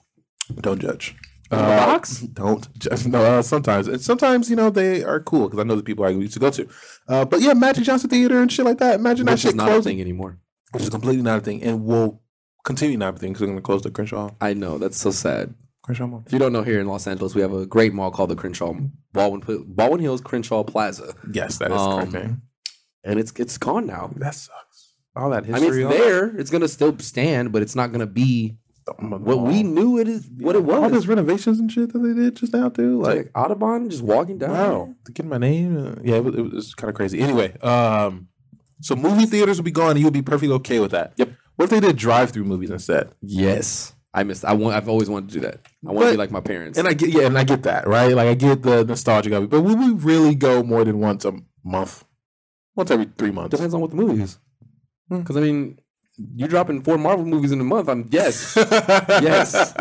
Speaker 2: Uh,
Speaker 1: Don't judge.
Speaker 2: In the box?
Speaker 1: Uh, Don't judge. No, uh, sometimes and sometimes you know they are cool because I know the people I used to go to. Uh, but yeah, Magic Johnson Theater and shit like that. Imagine that
Speaker 2: Which is
Speaker 1: shit
Speaker 2: not a
Speaker 1: closing.
Speaker 2: thing anymore.
Speaker 1: which is completely not a thing, and will continue not a thing because they're going to close the Crenshaw
Speaker 2: I know. That's so sad.
Speaker 1: Crenshaw Mall.
Speaker 2: If you don't know, here in Los Angeles, we have a great mall called the Crenshaw Baldwin Pl- Baldwin Hills Crenshaw Plaza,
Speaker 1: Yes, that is correct,
Speaker 2: Um,
Speaker 1: man.
Speaker 2: and it's it's gone now.
Speaker 1: That sucks. All that
Speaker 2: I
Speaker 1: history.
Speaker 2: mean, it's
Speaker 1: all that-
Speaker 2: there. It's gonna still stand, but it's not gonna be
Speaker 1: Oh,
Speaker 2: what we knew it is. What it
Speaker 1: All
Speaker 2: was.
Speaker 1: those renovations and shit that they did just now too.
Speaker 2: Like,
Speaker 1: Like,
Speaker 2: Audubon just walking down.
Speaker 1: wow, to get my name. uh, yeah, it was, it was kind of crazy. Anyway, um, so movie theaters would be gone, and you'd be perfectly okay with that.
Speaker 2: Yep.
Speaker 1: What if they did drive-through movies instead?
Speaker 2: Yes, I miss. I want. I've always wanted to do that. I want to
Speaker 1: But-
Speaker 2: be like my parents.
Speaker 1: And I get yeah, and I get that right. Like I get the nostalgic of it, but would we really go more than once a month? Once every three months.
Speaker 2: depends on what the movie is. Because I mean, you're dropping four Marvel movies in a month. I'm yes.
Speaker 1: yes.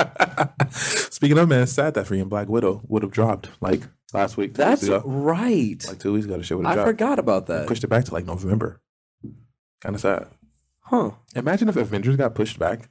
Speaker 1: [LAUGHS] Speaking of, man, it's sad that freaking Black Widow would have dropped like last week. two weeks
Speaker 2: That's
Speaker 1: ago.
Speaker 2: right.
Speaker 1: like two weeks ago. The shit would
Speaker 2: I
Speaker 1: have dropped.
Speaker 2: forgot about that.
Speaker 1: Pushed it back to like November. Kind of sad.
Speaker 2: Huh?
Speaker 1: Imagine if Avengers got pushed back,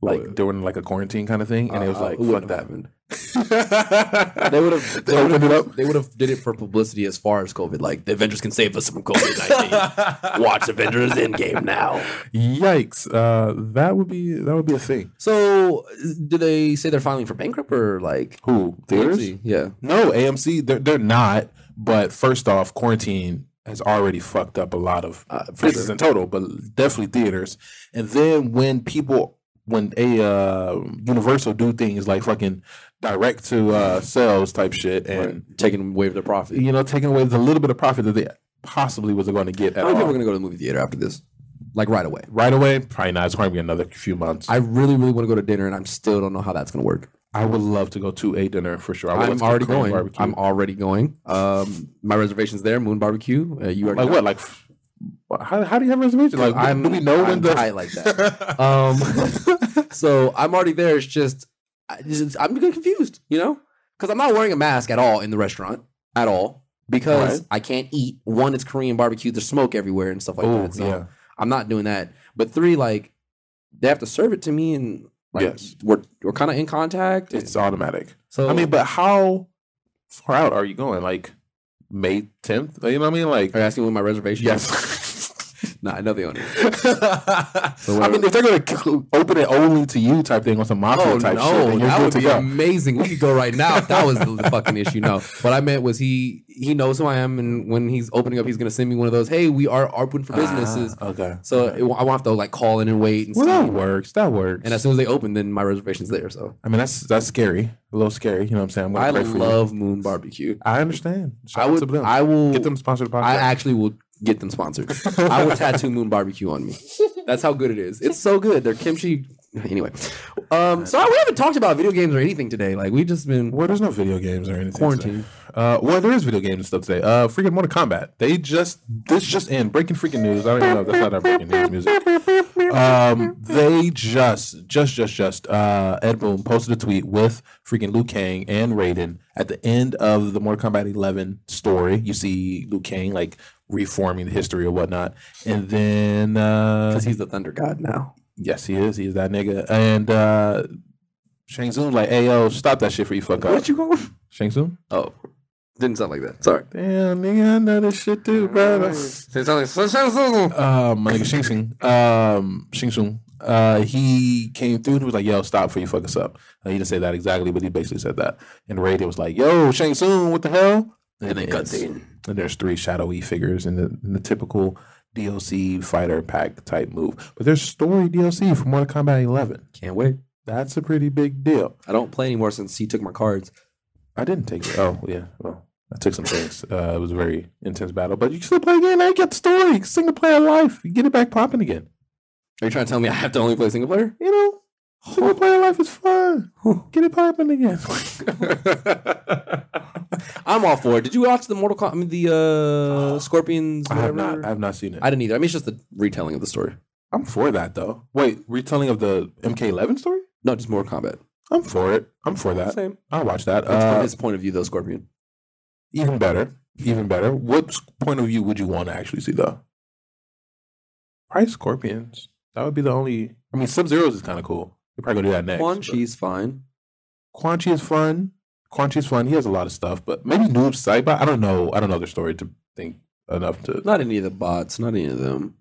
Speaker 1: like
Speaker 2: What?
Speaker 1: during like a quarantine kind of thing, and it was
Speaker 2: Uh,
Speaker 1: like
Speaker 2: it
Speaker 1: fuck
Speaker 2: wouldn't
Speaker 1: that.
Speaker 2: happened.
Speaker 1: they
Speaker 2: [LAUGHS] They would have. They would
Speaker 1: opened it up.
Speaker 2: have. They would have did it for publicity as far as COVID. Like the Avengers can save us from COVID nineteen. [LAUGHS] Watch Avengers Endgame now.
Speaker 1: [LAUGHS] Yikes! Uh, that would be that would be a thing.
Speaker 2: So, do they say they're filing for bankrupt or like
Speaker 1: Who theaters?
Speaker 2: AMC? Yeah.
Speaker 1: No, AMC. They're they're not. But first off, quarantine has already fucked up a lot of
Speaker 2: Uh, for
Speaker 1: places
Speaker 2: sure.
Speaker 1: in total, but definitely theaters. And then when people when a uh, Universal do things like fucking direct to uh, sales type shit, and
Speaker 2: Right. taking away their profit.
Speaker 1: you know taking away the little bit of profit that they possibly was going to get at
Speaker 2: How many people
Speaker 1: all.
Speaker 2: are gonna go to the movie theater after this? Like right away.
Speaker 1: right away, probably not. It's probably gonna be another few months.
Speaker 2: I really, really want to go to dinner, and I'm still don't know how that's gonna work.
Speaker 1: I would love to go to a dinner for sure. I would love
Speaker 2: I'm
Speaker 1: to go
Speaker 2: already
Speaker 1: Korean
Speaker 2: going.
Speaker 1: barbecue.
Speaker 2: I'm already going. Um, my reservation's there. Moon Barbecue. Uh, you already
Speaker 1: like
Speaker 2: know.
Speaker 1: what? Like f- how, how do you have reservations? Like
Speaker 2: I'm-
Speaker 1: do we know when
Speaker 2: I'm
Speaker 1: the
Speaker 2: high [LAUGHS] like that. Um, so I'm already there. It's just, I just I'm getting confused, you know, because I'm not wearing a mask at all in the restaurant at all because
Speaker 1: Right.
Speaker 2: I can't eat. One, it's Korean barbecue. There's smoke everywhere and stuff like
Speaker 1: oh
Speaker 2: that. So
Speaker 1: yeah,
Speaker 2: I'm not doing that. But three, like they have to serve it to me, and like
Speaker 1: Yes.
Speaker 2: we're we're kind of in contact.
Speaker 1: it's automatic.
Speaker 2: so
Speaker 1: I mean, but how far out are you going? Like May 10th? You know what I mean? Like
Speaker 2: are
Speaker 1: [LAUGHS]
Speaker 2: you asking with my reservation?
Speaker 1: yes.
Speaker 2: [LAUGHS] nah, I know the owner.
Speaker 1: I mean, if they're gonna c- open it only to you type thing on some mafia
Speaker 2: Oh
Speaker 1: type
Speaker 2: no,
Speaker 1: shit, then you're
Speaker 2: that
Speaker 1: good
Speaker 2: would
Speaker 1: to
Speaker 2: be
Speaker 1: go.
Speaker 2: amazing. We could go right now if that was the, the fucking issue. No, what I meant was he he knows who I am, and when he's opening up, he's gonna send me one of those. Hey, we are open for businesses,
Speaker 1: Ah, okay.
Speaker 2: so it, I won't have to like call in and wait. And,
Speaker 1: well,
Speaker 2: see.
Speaker 1: that works. That works.
Speaker 2: and as soon as they open, then my reservation's there. So
Speaker 1: I mean, that's that's scary. A little scary. You know what I'm saying? I'm gonna
Speaker 2: I
Speaker 1: pray for you.
Speaker 2: love Moon Barbecue.
Speaker 1: I understand. Shout
Speaker 2: I
Speaker 1: out
Speaker 2: would.
Speaker 1: to them.
Speaker 2: I will.
Speaker 1: Get them sponsored
Speaker 2: I
Speaker 1: podcast.
Speaker 2: actually will get them sponsored. I will tattoo Moon Barbecue on me. That's how good it is. It's so good. Their kimchi. Anyway, um, so we haven't talked about video games or anything today. Like we've just been
Speaker 1: well, there's no video games or anything.
Speaker 2: Quarantine.
Speaker 1: today. Uh, well, there is video games and stuff today. Uh, freaking Mortal Kombat. They just this just in breaking freaking news. I don't even know. if That's not our breaking news music. Um, they just just just just uh, Ed Boon posted a tweet with freaking Liu Kang and Raiden at the end of the Mortal Kombat 11 story. You see Liu Kang like reforming the history or whatnot, and then uh,
Speaker 2: because he's the Thunder God now.
Speaker 1: Yes, he is. He's that nigga. And uh Shang Tsung like, hey yo, stop that shit for you fuck up.
Speaker 2: you go?
Speaker 1: Shang Tsung?
Speaker 2: Oh, didn't sound like that. Sorry.
Speaker 1: Damn nigga, I know this shit too, brother. Um my nigga Shang Tsung. Um Shang Tsung. Uh he came through and he was like, yo, stop for you fuck us up. Uh, he didn't say that exactly, but he basically said that. And Raiden was like, yo, Shang Tsung, what the hell? And, it ends. And there's three shadowy figures in the, in the typical DLC fighter pack type move. But there's story DLC for Mortal Kombat 11.
Speaker 2: Can't wait.
Speaker 1: That's a pretty big deal.
Speaker 2: I don't play anymore since he took my cards.
Speaker 1: I didn't take it. Oh yeah, well I took some things. Uh, it was a very intense battle, but you can still play again. I get the story, single player life. You get it back popping again.
Speaker 2: Are you trying to tell me I have to only play single [LAUGHS] player?
Speaker 1: You know, single player life is fun. Get it popping again.
Speaker 2: I'm all for it. Did you watch the Mortal Kombat? I mean, the uh, [GASPS] Scorpions.
Speaker 1: I have
Speaker 2: whatever?
Speaker 1: not. I have not seen it.
Speaker 2: I didn't either. I mean, it's just the retelling of the story.
Speaker 1: I'm for that though. Wait, retelling of the MK11 story.
Speaker 2: No, just Mortal Kombat.
Speaker 1: I'm for it. I'm for that.
Speaker 2: Same.
Speaker 1: I'll watch that.
Speaker 2: That's
Speaker 1: Uh,
Speaker 2: from his point of view, though, Scorpion.
Speaker 1: even better. Even better. What point of view would you want to actually see though? Probably scorpions. That would be the only. I mean, Sub Zero's is kind of cool. You're probably gonna do that next.
Speaker 2: Quan
Speaker 1: but-
Speaker 2: Chi's fine.
Speaker 1: Quan Chi is fun. Quan Chi is fun. He has a lot of stuff, but maybe Noob Saiba. I don't know. I don't know their story to think enough to.
Speaker 2: Not any of the bots. Not any of them.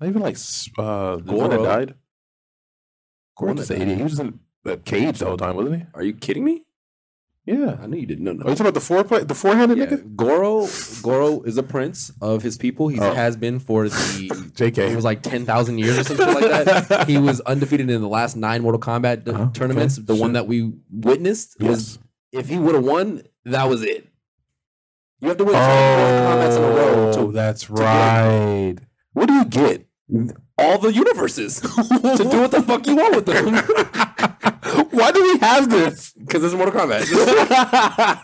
Speaker 1: Not even like s- uh, the one that
Speaker 2: Goro.
Speaker 1: died.
Speaker 2: Goro
Speaker 1: Goro was
Speaker 2: died.
Speaker 1: an idiot. He was in a cage the whole time, wasn't he?
Speaker 2: Are you kidding me?
Speaker 1: Yeah.
Speaker 2: I knew you didn't know.
Speaker 1: Are you talking about the four play, the four handed
Speaker 2: Yeah,
Speaker 1: nigga?
Speaker 2: Goro Goro is a prince of his people. He
Speaker 1: Oh.
Speaker 2: has been for the
Speaker 1: Jk.
Speaker 2: it was like ten thousand years or something like [LAUGHS] that. He was undefeated in the last nine Mortal Kombat
Speaker 1: Uh-huh.
Speaker 2: tournaments.
Speaker 1: Okay.
Speaker 2: The one
Speaker 1: Shit.
Speaker 2: that we witnessed was if he would have won, that was it. You have to win ten Mortal Kombat's in a row
Speaker 1: Oh,
Speaker 2: to
Speaker 1: that's
Speaker 2: get-
Speaker 1: right. What do you get?
Speaker 2: all the [LAUGHS] universes to do what the fuck you want with [LAUGHS] them.
Speaker 1: [LAUGHS] Why do we have
Speaker 2: [LAUGHS]
Speaker 1: this?
Speaker 2: Because it's Mortal Kombat. [LAUGHS]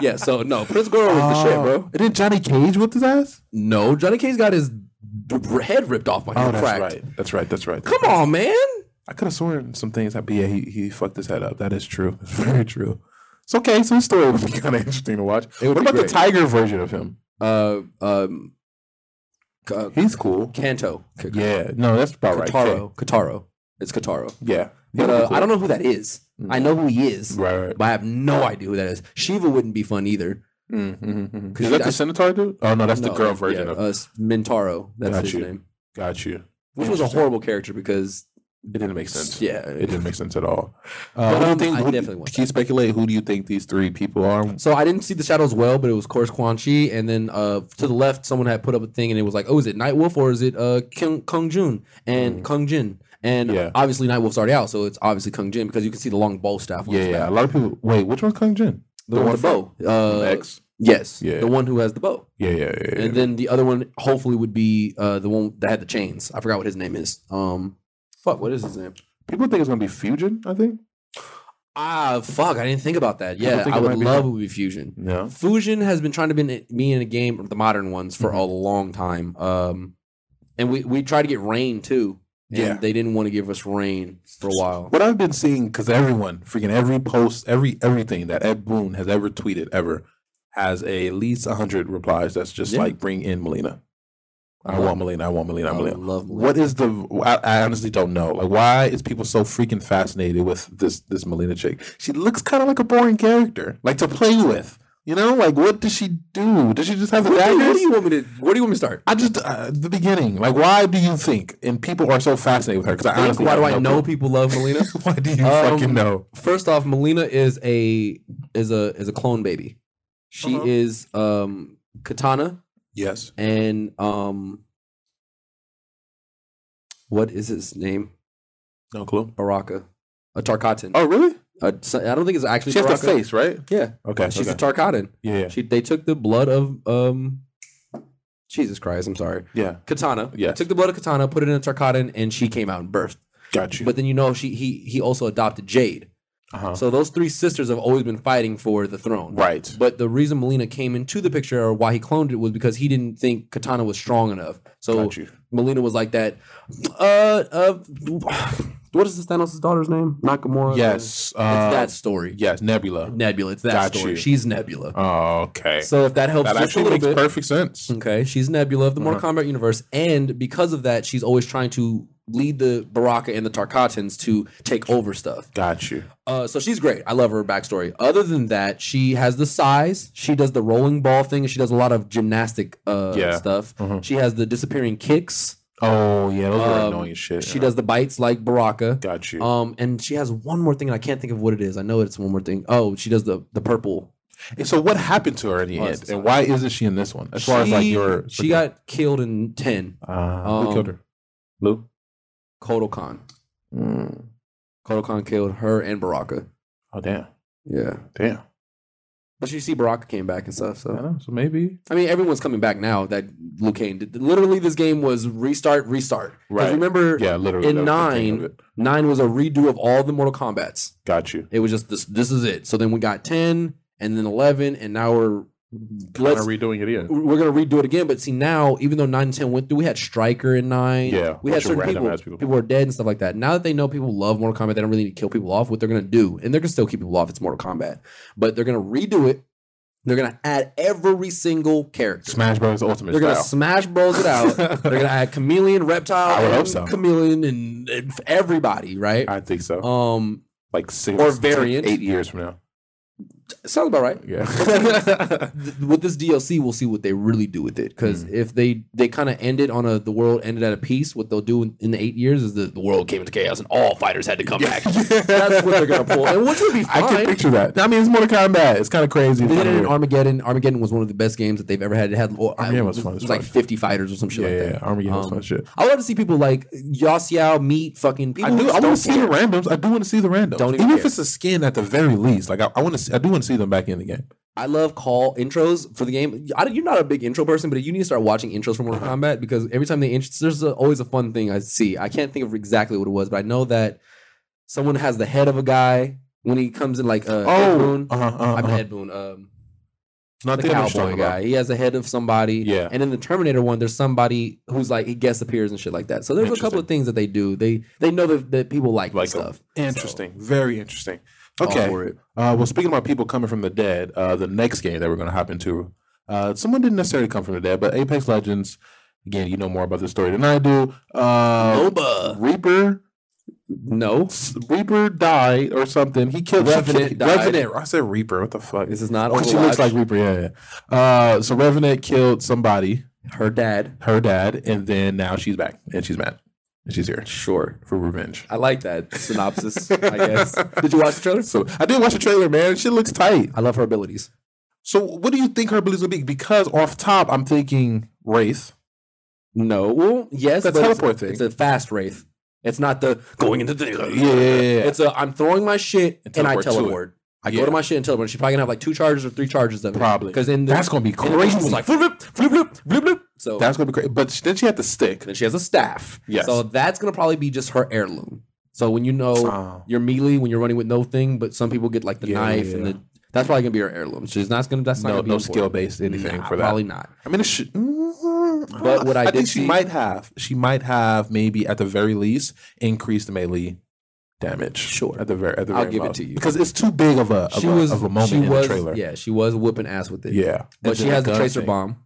Speaker 2: yeah, so no, Prince Goro was the shit, bro.
Speaker 1: And then Oh, Johnny Cage whipped his ass?
Speaker 2: Oh. No, Johnny C's got his b- b- head ripped off by him.
Speaker 1: Oh, that's
Speaker 2: cracked.
Speaker 1: right. That's right. That's right.
Speaker 2: Come on, man.
Speaker 1: I could have sworn some things that, but yeah, he, he fucked his head up. That is true. It's very true. It's okay. So his story would be kind of interesting to watch.
Speaker 2: It would
Speaker 1: What
Speaker 2: be
Speaker 1: about
Speaker 2: great.
Speaker 1: the tiger version of him?
Speaker 2: uh, um, K- uh,
Speaker 1: He's cool.
Speaker 2: Kanto, K-
Speaker 1: Yeah. No, that's about right. Okay.
Speaker 2: Kataro, Kataro. It's Kataro.
Speaker 1: Yeah.
Speaker 2: But uh, I don't know who that is. I know who he is,
Speaker 1: Right, right.
Speaker 2: but I have no idea who that is. Shiva wouldn't be fun either.
Speaker 1: Mm, mm, mm, mm.
Speaker 2: Cause
Speaker 1: Is that
Speaker 2: I-
Speaker 1: the Centaur dude? Oh, no, that's the
Speaker 2: No,
Speaker 1: girl version
Speaker 2: yeah,
Speaker 1: of
Speaker 2: uh, S- Mintaro. That's
Speaker 1: Got
Speaker 2: his
Speaker 1: you.
Speaker 2: name,
Speaker 1: Got you.
Speaker 2: which was a
Speaker 1: Interesting.
Speaker 2: horrible character because
Speaker 1: It didn't make sense.
Speaker 2: yeah.
Speaker 1: It didn't make sense at all.
Speaker 2: But,
Speaker 1: Uh, who do you
Speaker 2: um,
Speaker 1: think,
Speaker 2: I
Speaker 1: who do-
Speaker 2: definitely want
Speaker 1: can you speculate who do you think these three people are?
Speaker 2: so I didn't see the shadows well, but it was of course Quan Chi, and then uh, to the left, someone had put up a thing, and it was like, oh, is it Night Wolf or is it uh, Kung, Kung Jun and Kung Jin? And
Speaker 1: Mm. Yeah.
Speaker 2: obviously Night Wolf's already out, so it's obviously Kung Jin because you can see the long bow staff. On
Speaker 1: Yeah,
Speaker 2: his back.
Speaker 1: yeah. A lot of people. Wait, which one's Kung Jin?
Speaker 2: the, one with the
Speaker 1: from
Speaker 2: bow. Uh,
Speaker 1: X.
Speaker 2: Yes,
Speaker 1: Yeah.
Speaker 2: the one who has the bow,
Speaker 1: Yeah, yeah, yeah. yeah.
Speaker 2: and then the other one hopefully would be uh, the one that had the chains. I forgot what his name is. Um, fuck, what is his name?
Speaker 1: people think it's gonna be Fusion. I think.
Speaker 2: Ah, fuck! I didn't think about that.
Speaker 1: don't
Speaker 2: Yeah,
Speaker 1: think
Speaker 2: I,
Speaker 1: it
Speaker 2: would
Speaker 1: might be-
Speaker 2: love it would be Fusion.
Speaker 1: Yeah.
Speaker 2: Fusion has been trying to be in, be in a game, the modern ones, for a long time. Um, and we we tried to get Rain too. And
Speaker 1: Yeah.
Speaker 2: they didn't want to give us Rain for a while.
Speaker 1: What I've been seeing, because everyone, freaking every post, every everything that Ed Boone has ever tweeted ever has a, at least hundred replies. That's just
Speaker 2: Yeah.
Speaker 1: like bring in Melina. I
Speaker 2: Love-
Speaker 1: want Melina. I want Melina. I
Speaker 2: I
Speaker 1: want Melina.
Speaker 2: love
Speaker 1: What is the? I, I honestly don't know. Like, why is people so freaking fascinated with this this Melina chick? She looks kind of like a boring character, like to play with. You know, like what does she do? Does she just have the
Speaker 2: What do, you- what
Speaker 1: daggers?
Speaker 2: do you want me to? Where do you want me to start?
Speaker 1: I just uh, the beginning. Like, why do you think? And people are so fascinated with her because I honestly
Speaker 2: why do
Speaker 1: have
Speaker 2: I
Speaker 1: no
Speaker 2: know people love [LAUGHS] Melina?
Speaker 1: clue. [LAUGHS] why do you
Speaker 2: Um,
Speaker 1: fucking know?
Speaker 2: First off, Melina is a is a is a clone baby. She
Speaker 1: Uh-huh.
Speaker 2: is um Katana
Speaker 1: Yes.
Speaker 2: and um what is his name?
Speaker 1: No clue.
Speaker 2: Baraka. A Tarkatan.
Speaker 1: Oh, really?
Speaker 2: A- so- I don't think it's actually
Speaker 1: She has that
Speaker 2: Baraka.
Speaker 1: face, right?
Speaker 2: Yeah.
Speaker 1: Okay.
Speaker 2: She's
Speaker 1: okay.
Speaker 2: a Tarkatan.
Speaker 1: yeah, yeah,
Speaker 2: She they took the blood of um Jesus Christ, I'm sorry.
Speaker 1: yeah.
Speaker 2: Katana.
Speaker 1: Yes.
Speaker 2: Took the blood of Katana, put it in a Tarkatan, and she came out and birthed.
Speaker 1: Got you.
Speaker 2: But then you know she he he also adopted Jade.
Speaker 1: uh-huh.
Speaker 2: So those three sisters have always been fighting for the throne.
Speaker 1: right.
Speaker 2: But the reason Melina came into the picture or why he cloned it was because he didn't think Katana was strong enough. So
Speaker 1: Got you.
Speaker 2: Melina was like that. Uh, uh, what is this Thanos' daughter's name? Nakamura.
Speaker 1: Yes.
Speaker 2: it's
Speaker 1: Uh,
Speaker 2: that story.
Speaker 1: yes. Nebula.
Speaker 2: Nebula. It's that
Speaker 1: Got
Speaker 2: story.
Speaker 1: you.
Speaker 2: She's Nebula.
Speaker 1: Oh, okay.
Speaker 2: So if that helps
Speaker 1: that
Speaker 2: just a
Speaker 1: actually
Speaker 2: little
Speaker 1: makes
Speaker 2: bit, Mm.
Speaker 1: perfect Uh-huh. sense.
Speaker 2: okay, she's Nebula of the Mortal Kombat universe, and because of that, she's always trying to lead the Baraka and the Tarkatans to take over stuff.
Speaker 1: Got you.
Speaker 2: Uh, so she's great. I love her backstory. Other than that, she has the size. She does the rolling ball thing. and She does a lot of gymnastic uh,
Speaker 1: Yeah.
Speaker 2: stuff.
Speaker 1: Mhm.
Speaker 2: She has the disappearing kicks.
Speaker 1: Oh, yeah. Those are
Speaker 2: Um,
Speaker 1: annoying as shit.
Speaker 2: She
Speaker 1: Yeah.
Speaker 2: does the bites like Baraka.
Speaker 1: Got you.
Speaker 2: Um, and she has one more thing. And I can't think of what it is. I know it's one more thing. Oh, she does the the purple.
Speaker 1: And so, what happened to her in the
Speaker 2: Oh,
Speaker 1: end,
Speaker 2: it's-
Speaker 1: and why isn't she in this one? As far as like
Speaker 2: She-
Speaker 1: your,
Speaker 2: she got killed in ten.
Speaker 1: Uh, who
Speaker 2: um,
Speaker 1: killed her? Lou.
Speaker 2: Kodokan.
Speaker 1: Mm.
Speaker 2: Kodokan killed her and Baraka.
Speaker 1: Oh damn,
Speaker 2: Yeah,
Speaker 1: damn.
Speaker 2: but you see, Baraka came back and stuff.
Speaker 1: I
Speaker 2: So
Speaker 1: know. So maybe
Speaker 2: I mean, everyone's coming back now that Liu Kane did. Literally, this game was restart, restart. 'Cause
Speaker 1: Right.
Speaker 2: Remember,
Speaker 1: Yeah, literally.
Speaker 2: In
Speaker 1: that was the thing of
Speaker 2: nine-
Speaker 1: it.
Speaker 2: nine was a redo of all the Mortal Kombat's.
Speaker 1: Got you.
Speaker 2: It was just this. This is it. So then we got ten, and then eleven, and now we're let's,
Speaker 1: redoing it again.
Speaker 2: we're gonna redo it again. But see now, even though nine and ten went through, we had Striker in nine.
Speaker 1: Yeah,
Speaker 2: we
Speaker 1: bunch
Speaker 2: had
Speaker 1: of
Speaker 2: certain
Speaker 1: random
Speaker 2: people.
Speaker 1: ass people.
Speaker 2: people. are dead and stuff like that. Now that they know people love Mortal Kombat, they don't really need to kill people off. What they're gonna do, and they're gonna still keep people off. It's Mortal Kombat, but they're gonna redo it. They're gonna add every single character.
Speaker 1: Smash Bros. Ultimate
Speaker 2: They're gonna
Speaker 1: style.
Speaker 2: smash bros
Speaker 1: [LAUGHS]
Speaker 2: it out. They're gonna add chameleon, reptile,
Speaker 1: I would hope
Speaker 2: and
Speaker 1: so.
Speaker 2: chameleon, and, and everybody, right?
Speaker 1: I think so.
Speaker 2: Um,
Speaker 1: like six
Speaker 2: or variant.
Speaker 1: eight years from now.
Speaker 2: sounds about right.
Speaker 1: Yeah.
Speaker 2: [LAUGHS] Th- With this DLC, we'll see what they really do with it. Because
Speaker 1: Mm.
Speaker 2: if they they kind of ended on a the world ended at a peace, what they'll do in, in the eight years is the, the world came into chaos and all fighters had to come
Speaker 1: [LAUGHS]
Speaker 2: back. That's what they're gonna pull, and which would be
Speaker 1: I can
Speaker 2: fine.
Speaker 1: picture that. I mean, it's Mortal Kombat. It's kind of crazy.
Speaker 2: They did it in
Speaker 1: Yeah,
Speaker 2: Armageddon. Armageddon was one of the best games that they've ever had. It had oh, I-
Speaker 1: Armageddon was fun
Speaker 2: It
Speaker 1: as
Speaker 2: was like
Speaker 1: fuck.
Speaker 2: fifty fighters or some shit
Speaker 1: yeah,
Speaker 2: like that.
Speaker 1: yeah. Armageddon was
Speaker 2: Um,
Speaker 1: fun shit.
Speaker 2: I love to see people like Yao Xiao meet fucking people.
Speaker 1: I do.
Speaker 2: who
Speaker 1: I
Speaker 2: don't
Speaker 1: want to see
Speaker 2: care.
Speaker 1: the randoms. I do want to see the randoms.
Speaker 2: Don't even
Speaker 1: even if
Speaker 2: care.
Speaker 1: it's a skin at the very least. Like I, I want to. See, I do want to see them back in the game.
Speaker 2: I love call intros for the game. I, don't- you're not a big intro person, but you need to start watching intros
Speaker 1: Uh-huh.
Speaker 2: for Mortal Kombat because every time they intro, there's a, always a fun thing I see. I can't think of exactly what it was, but I know that someone has the head of a guy when he comes in, like uh, Ed Boon.
Speaker 1: uh-huh, uh-huh,
Speaker 2: I mean
Speaker 1: uh-huh.
Speaker 2: Ed Boon, um,
Speaker 1: not
Speaker 2: the
Speaker 1: the image
Speaker 2: cowboy
Speaker 1: talking
Speaker 2: guy.
Speaker 1: about.
Speaker 2: He has the head of somebody.
Speaker 1: Yeah.
Speaker 2: And in the Terminator one, there's somebody who's like he guest appears and shit like that. So there's a couple
Speaker 1: Interesting.
Speaker 2: of things that they do. They they know that, that people like,
Speaker 1: Like
Speaker 2: like stuff.
Speaker 1: Interesting. Very interesting.
Speaker 2: All
Speaker 1: Okay.
Speaker 2: for it.
Speaker 1: Uh, well, speaking about people coming from the dead, uh, the next game that we're going to hop into, uh, someone didn't necessarily come from the dead, but Apex Legends. Again, you know more about this story than I do. Uh,
Speaker 2: Boba.
Speaker 1: Reaper,
Speaker 2: No.
Speaker 1: Reaper died or something. He killed she
Speaker 2: Revenant
Speaker 1: killed-
Speaker 2: died.
Speaker 1: Revenant. I said Reaper. What the fuck?
Speaker 2: This is not
Speaker 1: Oh,
Speaker 2: Overwatch.
Speaker 1: she looks like Reaper. Yeah. yeah. Uh, so Revenant killed somebody,
Speaker 2: her dad.
Speaker 1: her dad, and then now she's back and she's mad and she's here
Speaker 2: Sure.
Speaker 1: for revenge.
Speaker 2: I like that synopsis, I guess. Did you watch the trailer?
Speaker 1: So I did watch the trailer, man. She looks tight.
Speaker 2: I love her abilities.
Speaker 1: So what do you think her abilities would be? Because off top, I'm thinking Wraith.
Speaker 2: No. Well, yes.
Speaker 1: The
Speaker 2: but it's-
Speaker 1: teleport thing.
Speaker 2: It's a fast wraith. It's not the going into the yeah,
Speaker 1: yeah, yeah.
Speaker 2: It's a I'm throwing my shit
Speaker 1: And
Speaker 2: and, I
Speaker 1: teleport to it.
Speaker 2: teleport. I go
Speaker 1: Yeah.
Speaker 2: to my shit and teleport. She's probably gonna have like two charges or three charges of
Speaker 1: Probably.
Speaker 2: Because in the,
Speaker 1: That's gonna be
Speaker 2: in the mission,
Speaker 1: crazy.
Speaker 2: It's like flip, flip, flip, flip, flip, flip. So
Speaker 1: That's gonna be crazy. But then she had the stick.
Speaker 2: then she has a staff.
Speaker 1: Yes.
Speaker 2: So that's gonna probably be just her heirloom. So when you know
Speaker 1: Oh.
Speaker 2: your melee, when you're running with no thing, but some people get like the
Speaker 1: Yeah,
Speaker 2: knife
Speaker 1: yeah,
Speaker 2: and
Speaker 1: yeah.
Speaker 2: the that's probably gonna be her heirloom. She's not gonna that's not
Speaker 1: No,
Speaker 2: gonna be
Speaker 1: no
Speaker 2: important.
Speaker 1: skill based anything
Speaker 2: Nah,
Speaker 1: for that.
Speaker 2: Probably not.
Speaker 1: I mean, it should, mm,
Speaker 2: But what I did
Speaker 1: think she
Speaker 2: see-
Speaker 1: might have, she might have maybe at the very least increased melee damage.
Speaker 2: Sure.
Speaker 1: at the very, at the
Speaker 2: I'll
Speaker 1: very
Speaker 2: give it
Speaker 1: most.
Speaker 2: to you.
Speaker 1: because it's too big of a of,
Speaker 2: She
Speaker 1: a,
Speaker 2: was
Speaker 1: of a moment
Speaker 2: she
Speaker 1: in
Speaker 2: was
Speaker 1: the trailer.
Speaker 2: yeah she was whooping ass with it.
Speaker 1: yeah.
Speaker 2: but
Speaker 1: And
Speaker 2: she
Speaker 1: then
Speaker 2: has
Speaker 1: the
Speaker 2: the
Speaker 1: gun
Speaker 2: tracer
Speaker 1: thing.
Speaker 2: bomb.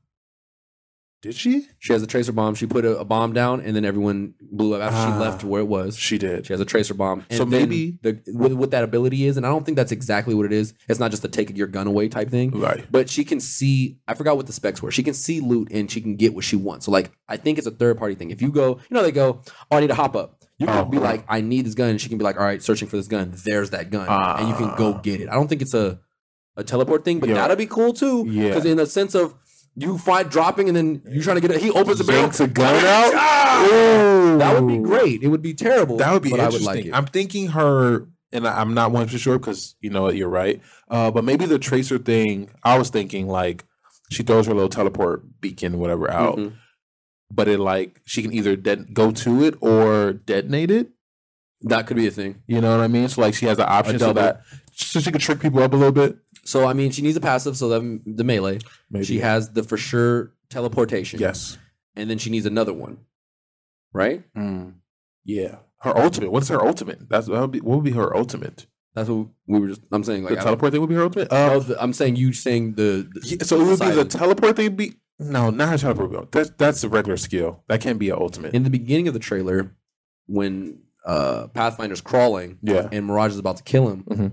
Speaker 1: Did she?
Speaker 2: She has a tracer bomb. She put a, a bomb down, and then everyone blew up after
Speaker 1: Ah.
Speaker 2: she left where it was.
Speaker 1: She did.
Speaker 2: She has a tracer bomb. And
Speaker 1: So
Speaker 2: then
Speaker 1: maybe-
Speaker 2: the, what, what that ability is, and I don't think that's exactly what it is. It's not just a take your gun away type thing.
Speaker 1: Right.
Speaker 2: But she can see. I forgot what the specs were. She can see loot and she can get what she wants. So like, I think it's a third party thing. If you go, you know, they go, oh, I need a hop up. You can
Speaker 1: Oh,
Speaker 2: be
Speaker 1: right.
Speaker 2: like, I need this gun, and she can be like, all right, searching for this gun. There's that gun, and you can go
Speaker 1: Ah.
Speaker 2: get it. I don't think it's a a teleport thing, but
Speaker 1: Yeah.
Speaker 2: that'd be cool too.
Speaker 1: Yeah.
Speaker 2: Because in the sense of you find dropping and then you trying to get it, he opens the barrel.
Speaker 1: Yanks a gun out. Ooh.
Speaker 2: That would be great. It would be terrible.
Speaker 1: That would be
Speaker 2: but I would
Speaker 1: interesting.
Speaker 2: like it.
Speaker 1: I'm thinking her, and I- I'm not one for sure because you know what, you're right. Uh, but maybe the tracer thing. I was thinking like she throws her little teleport beacon, whatever, out.
Speaker 2: Mhm.
Speaker 1: But it like she can either dead go to it or detonate it.
Speaker 2: That could be a thing.
Speaker 1: You know what I mean? So like she has the option so
Speaker 2: double.
Speaker 1: that so she can trick people up a little bit.
Speaker 2: So I mean, she needs a passive, so then the melee.
Speaker 1: Maybe
Speaker 2: She has the for sure teleportation.
Speaker 1: yes.
Speaker 2: and then she needs another one, right?
Speaker 1: Yeah. Her ultimate. What's her ultimate? That's that would be, what would be her ultimate?
Speaker 2: That's what we were. just I'm saying like
Speaker 1: the
Speaker 2: I-
Speaker 1: teleport thing would be her ultimate. Uh,
Speaker 2: oh, the- I'm saying you saying the, the-
Speaker 1: Yeah, so it would be the
Speaker 2: silent.
Speaker 1: teleport thing. Be no, not her teleport. Build. That's that's a regular skill. That can't be an ultimate.
Speaker 2: in the beginning of the trailer when uh Pathfinder's crawling
Speaker 1: yeah,
Speaker 2: and Mirage is about to kill him.
Speaker 1: Mhm.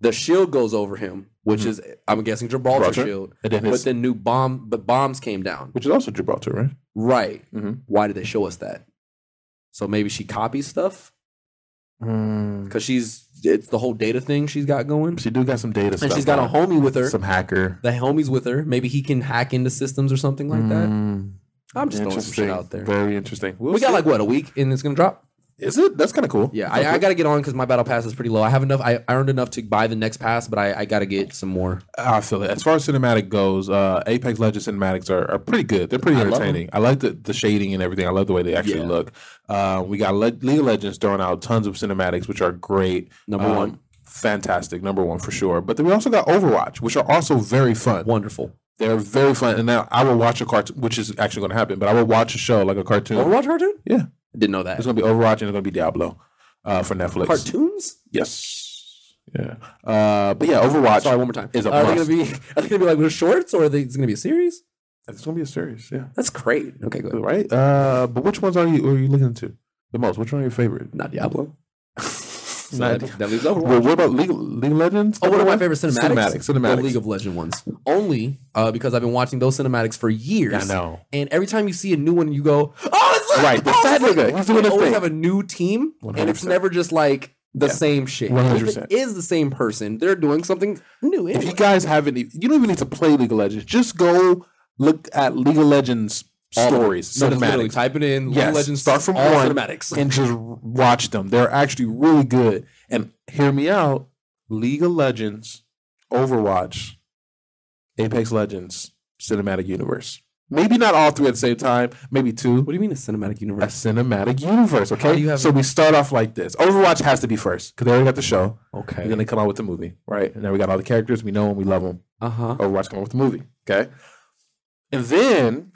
Speaker 2: The shield goes over him, which
Speaker 1: Mhm.
Speaker 2: is I'm guessing Gibraltar
Speaker 1: Gibraltar.
Speaker 2: shield.
Speaker 1: and then
Speaker 2: But
Speaker 1: his,
Speaker 2: then new bomb, but bombs came down.
Speaker 1: which is also Gibraltar, right?
Speaker 2: Right.
Speaker 1: Mhm.
Speaker 2: Why did they show us that? So maybe she copies stuff because she's it's the whole data thing she's got going,
Speaker 1: She do got some data,
Speaker 2: and she's got a homie with her.
Speaker 1: some hacker
Speaker 2: the homie's with her. Maybe he can hack into systems or something like that.
Speaker 1: Mm,
Speaker 2: I'm just throwing some shit
Speaker 1: interesting.
Speaker 2: out there.
Speaker 1: Very interesting. We'll
Speaker 2: we got
Speaker 1: see.
Speaker 2: like what a week, and it's gonna drop.
Speaker 1: is it? That's kind of cool.
Speaker 2: Yeah, I, I got to get on because my battle pass is pretty low. I have enough. I I earned enough to buy the next pass, but I, I got to get some more.
Speaker 1: I feel it. As far as cinematic goes, uh, Apex Legends cinematics are, are pretty good. They're pretty
Speaker 2: I love 'em.
Speaker 1: entertaining. I like the, the shading and everything. I love the way they actually
Speaker 2: Yeah.
Speaker 1: look. Uh, we got Le- League of Legends throwing out tons of cinematics, which are great.
Speaker 2: Number
Speaker 1: Um,
Speaker 2: one,
Speaker 1: Fantastic, number one for sure. But then we also got Overwatch, which are also very fun.
Speaker 2: wonderful.
Speaker 1: They're very fun. And now I will watch a cartoon, which is actually going to happen, but I will watch a show like a cartoon.
Speaker 2: Overwatch cartoon?
Speaker 1: Yeah.
Speaker 2: didn't know that.
Speaker 1: It's going to be Overwatch and it's going to be Diablo uh, for Netflix.
Speaker 2: Cartoons?
Speaker 1: yes. Yeah. Uh, but yeah, Overwatch.
Speaker 2: Sorry, one more time.
Speaker 1: Is a
Speaker 2: are they gonna
Speaker 1: must.
Speaker 2: be? Are they gonna be like little shorts, or are they, it's gonna be a series?
Speaker 1: It's going to be a series. Yeah.
Speaker 2: That's great. Okay, good.
Speaker 1: Right? Uh, but which ones are you, are you looking to the most? Which one are your [LAUGHS] favorite?
Speaker 2: Not Diablo. So
Speaker 1: Not-
Speaker 2: that, that leaves Overwatch.
Speaker 1: well, what about League, League of Legends?
Speaker 2: Oh, one of my
Speaker 1: Number
Speaker 2: favorite cinematics.
Speaker 1: Cinematics. Cinematics.
Speaker 2: The League of Legend ones. Only uh, because I've been watching those cinematics for years.
Speaker 1: I know.
Speaker 2: And every time you see a new one, you go, "Oh, it's
Speaker 1: Right, the
Speaker 2: oh,
Speaker 1: fat
Speaker 2: it's-
Speaker 1: nigga. He's doing
Speaker 2: They
Speaker 1: his
Speaker 2: always
Speaker 1: thing.
Speaker 2: have a new team, and it's
Speaker 1: 100%.
Speaker 2: never just like the
Speaker 1: Yeah.
Speaker 2: same shit.
Speaker 1: 100%.
Speaker 2: If it is the same person, they're doing something new.
Speaker 1: If you
Speaker 2: Anyway.
Speaker 1: guys haven't, e- you don't even need to play League of Legends. Just go look at League of Legends stories,
Speaker 2: No, literally,
Speaker 1: cinematics,
Speaker 2: type it in. League
Speaker 1: Yes,
Speaker 2: of Legends
Speaker 1: start from
Speaker 2: all
Speaker 1: one.
Speaker 2: cinematics.
Speaker 1: and just watch them. They're actually really good. And hear me out: League of Legends, Overwatch, Apex Legends, cinematic universe. Maybe not all three at the same time. Maybe two.
Speaker 2: What do you mean a cinematic
Speaker 1: a
Speaker 2: universe?
Speaker 1: cinematic universe.
Speaker 2: How do
Speaker 1: Okay,
Speaker 2: you have-
Speaker 1: so we start off like this. Overwatch has to be first because they already got the show. They're
Speaker 2: Okay.
Speaker 1: gonna come out with the movie, right? And then we got all the characters. We know them. We love them.
Speaker 2: Uh huh. [LAUGHS]
Speaker 1: Overwatch coming with the movie. Okay. And then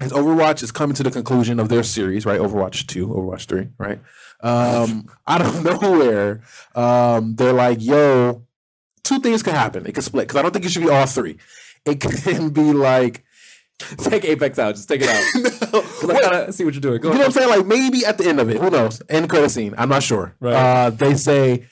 Speaker 1: as Overwatch is coming to the conclusion of their series, right? Overwatch 2, Overwatch 3, right? Um, [LAUGHS] out of nowhere, um, they're like, yo, two things could happen. It could split, because I don't think it should be all three. It [LAUGHS] can be like
Speaker 2: Take Apex out. Just take it out. 'Cause I gotta see what you're doing. Go
Speaker 1: You know
Speaker 2: ahead.
Speaker 1: what I'm saying? Like maybe at the end of it, who knows? End credit scene. I'm not sure.
Speaker 2: Right.
Speaker 1: Uh, they say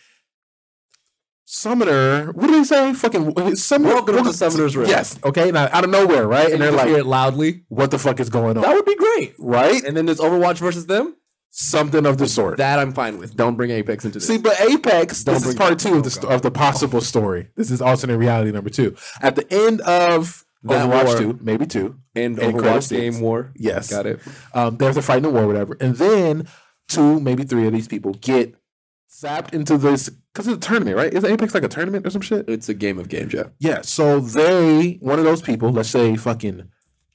Speaker 1: summoner. What do they say? Fucking summoner.
Speaker 2: Welcome to Summoner's Rift.
Speaker 1: Yes. Okay. Now out of nowhere, right? And,
Speaker 2: And
Speaker 1: they're
Speaker 2: you just
Speaker 1: like,
Speaker 2: hear it loudly.
Speaker 1: "What the fuck is going on?"
Speaker 2: That would be great.
Speaker 1: right?
Speaker 2: And then there's Overwatch versus them.
Speaker 1: Something of the sort.
Speaker 2: That I'm fine with. Don't bring Apex into this.
Speaker 1: See, but Apex.
Speaker 2: Don't
Speaker 1: This is
Speaker 2: bring-
Speaker 1: part two
Speaker 2: oh,
Speaker 1: of the sto- of the possible story. This is alternate reality number two. At the end of
Speaker 2: That
Speaker 1: Overwatch
Speaker 2: war.
Speaker 1: two, maybe two.
Speaker 2: and
Speaker 1: and
Speaker 2: Overwatch
Speaker 1: credits.
Speaker 2: game war.
Speaker 1: Yes.
Speaker 2: Got it.
Speaker 1: Um, there's a fight in the war, whatever. And then two, maybe three of these people get zapped into this because it's a tournament, right? Is Apex like a tournament or some shit?
Speaker 2: It's a game of games, yeah.
Speaker 1: Yeah. So they, one of those people, let's say fucking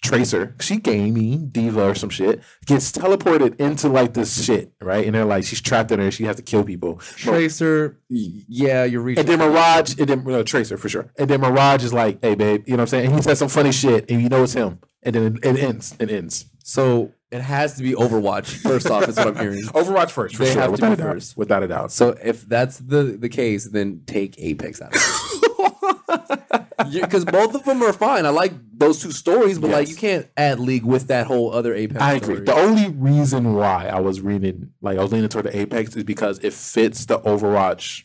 Speaker 1: Tracer, she gamey diva or some shit, gets teleported into like this shit, right? And they're like, she's trapped in there. She has to kill people.
Speaker 2: Tracer, y- yeah, you're reaching.
Speaker 1: And then Mirage, and then no, Tracer for sure. And then Mirage is like, "Hey, babe," you know what I'm saying? And he says some funny shit, and you know it's him. And then it, it ends. It ends.
Speaker 2: So it has to be Overwatch. First off, is what I'm [LAUGHS] hearing.
Speaker 1: Overwatch first, for
Speaker 2: They
Speaker 1: sure,
Speaker 2: have to
Speaker 1: without
Speaker 2: be
Speaker 1: a doubt.
Speaker 2: first.
Speaker 1: Without a doubt.
Speaker 2: So if that's the the case, then take Apex out of [LAUGHS] it. Because both of them are fine. I like those two stories, but like
Speaker 1: Yes.
Speaker 2: you can't add League with that whole other Apex.
Speaker 1: I agree.
Speaker 2: story.
Speaker 1: The only reason why I was reading, like I was leaning toward the Apex, is because it fits the Overwatch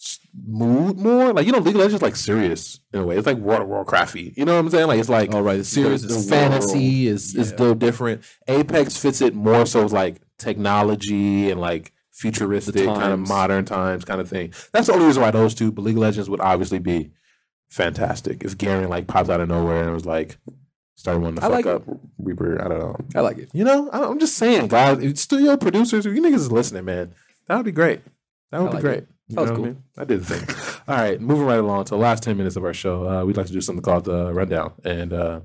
Speaker 1: s- mood more. Like you know, League of Legends is like serious in a way. It's like World of Warcrafty. You know what I'm saying? Like it's like
Speaker 2: All Oh, right, the
Speaker 1: serious.
Speaker 2: the
Speaker 1: It's fantasy is is
Speaker 2: Yeah.
Speaker 1: still different. Apex fits it more so it's like technology and like futuristic kind of
Speaker 2: times.
Speaker 1: modern times kind of thing. That's the only reason why those two. But League of Legends would obviously be fantastic if Garen like popped out of nowhere and was like. Started wanting to
Speaker 2: I
Speaker 1: fuck
Speaker 2: like it.
Speaker 1: up Reaper. I don't know.
Speaker 2: I like it.
Speaker 1: You know, I- I'm just saying, guys. If studio producers, if you niggas is listening, man, that would be great. That would
Speaker 2: I
Speaker 1: be
Speaker 2: like
Speaker 1: great.
Speaker 2: it.
Speaker 1: You
Speaker 2: That was
Speaker 1: know what
Speaker 2: cool.
Speaker 1: I, mean? I did the thing. [LAUGHS] All right, moving right along to the last ten minutes of our show. Uh, we'd like to do something called the rundown, and uh,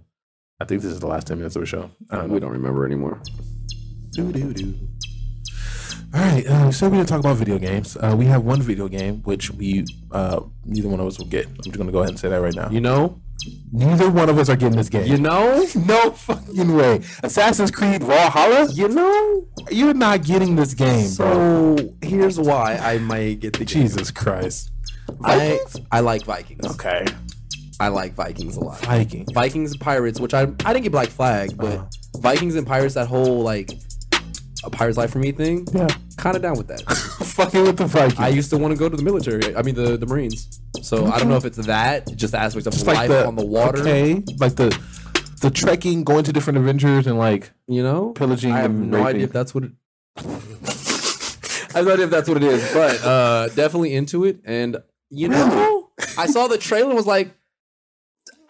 Speaker 1: I think this is the last ten minutes of our show. I don't know.
Speaker 2: We don't remember anymore.
Speaker 1: Doo-doo-doo. All right, uh, so we're gonna talk about video games. Uh, we have one video game which we uh, neither one of us will get. I'm just gonna go ahead and say that right now.
Speaker 2: You know,
Speaker 1: neither one of us are getting this game.
Speaker 2: you
Speaker 1: [LAUGHS]
Speaker 2: know,
Speaker 1: no fucking way. Assassin's Creed Valhalla.
Speaker 2: you know.
Speaker 1: You're not getting this game, bro.
Speaker 2: So here's why I might get the game.
Speaker 1: Jesus Christ.
Speaker 2: I I like Vikings.
Speaker 1: Okay.
Speaker 2: I like Vikings a lot.
Speaker 1: Viking.
Speaker 2: Vikings and Pirates, which I I didn't get Black Flag, but
Speaker 1: Uh-huh.
Speaker 2: Vikings and Pirates, that whole like a pirate's life for me thing,
Speaker 1: Yeah.
Speaker 2: kind of down with that.
Speaker 1: [LAUGHS] Fucking with the Viking.
Speaker 2: I used to want to go to the military. I mean the the Marines. So I don't know if it's that, just the aspects of
Speaker 1: It's
Speaker 2: life on the water.
Speaker 1: Okay. Like the the trekking, going to different adventures and like
Speaker 2: You know,
Speaker 1: Pillaging
Speaker 2: I have
Speaker 1: and
Speaker 2: no
Speaker 1: raping.
Speaker 2: idea if that's what.
Speaker 1: [LAUGHS]
Speaker 2: It, I have no idea if that's what it is, but [LAUGHS] uh, definitely into it. And you know, I saw the trailer and was like,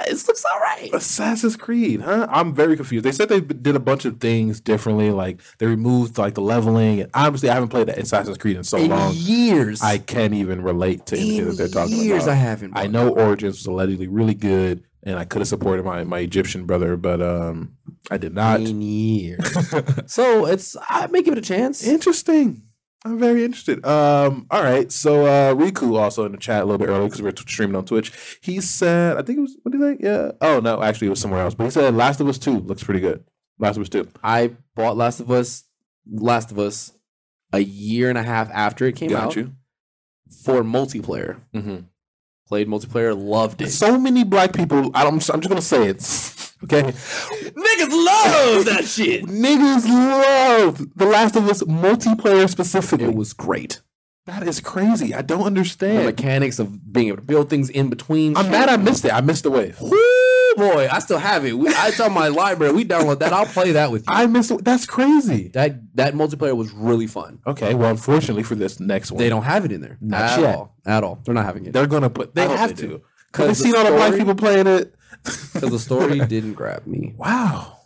Speaker 2: "This looks all right."
Speaker 1: Assassin's Creed, huh? I'm very confused. They said they did a bunch of things differently, like they removed like the leveling. And obviously, I haven't played Assassin's Creed in so
Speaker 2: In
Speaker 1: long,
Speaker 2: years,
Speaker 1: I can't even relate to anything that
Speaker 2: in
Speaker 1: they're talking
Speaker 2: years
Speaker 1: about.
Speaker 2: I haven't.
Speaker 1: I
Speaker 2: bro.
Speaker 1: know Origins was allegedly really good, and I could have supported my, my Egyptian brother, but um, I did not.
Speaker 2: in [LAUGHS] years. so it's I may give it a chance.
Speaker 1: Interesting. I'm very interested. Um, all right. So uh Riku also in the chat a little bit earlier because we were t- streaming on Twitch. He said, I think it was what did he say? Yeah. Oh no, actually it was somewhere else. But he said Last of Us Two looks pretty good. Last of Us Two.
Speaker 2: I bought Last of Us, Last of Us, a year and a half after it came out
Speaker 1: you.
Speaker 2: for multiplayer.
Speaker 1: Mm-hmm.
Speaker 2: Played multiplayer, loved it.
Speaker 1: So many black people. I don't, I'm just gonna say it. [LAUGHS] Okay.
Speaker 2: Niggas love that shit.
Speaker 1: Niggas love The Last of Us multiplayer specifically.
Speaker 2: It was great.
Speaker 1: that is crazy. I don't
Speaker 2: The
Speaker 1: understand.
Speaker 2: mechanics of being able to build things in between.
Speaker 1: I'm mad I missed it. I missed the wave.
Speaker 2: Woo, boy, I still have it. We, I tell my library, we download that. I'll play that with you.
Speaker 1: I missed it. That's crazy.
Speaker 2: that that multiplayer was really fun.
Speaker 1: Okay, well, unfortunately for this next one,
Speaker 2: They don't have it in there
Speaker 1: Not
Speaker 2: at
Speaker 1: yet.
Speaker 2: all. At all, they're not having it.
Speaker 1: They're gonna put. They
Speaker 2: I hope
Speaker 1: have
Speaker 2: they do.
Speaker 1: to because they've
Speaker 2: the
Speaker 1: seen all the black
Speaker 2: story-
Speaker 1: people playing it.
Speaker 2: because the story didn't grab me.
Speaker 1: Wow,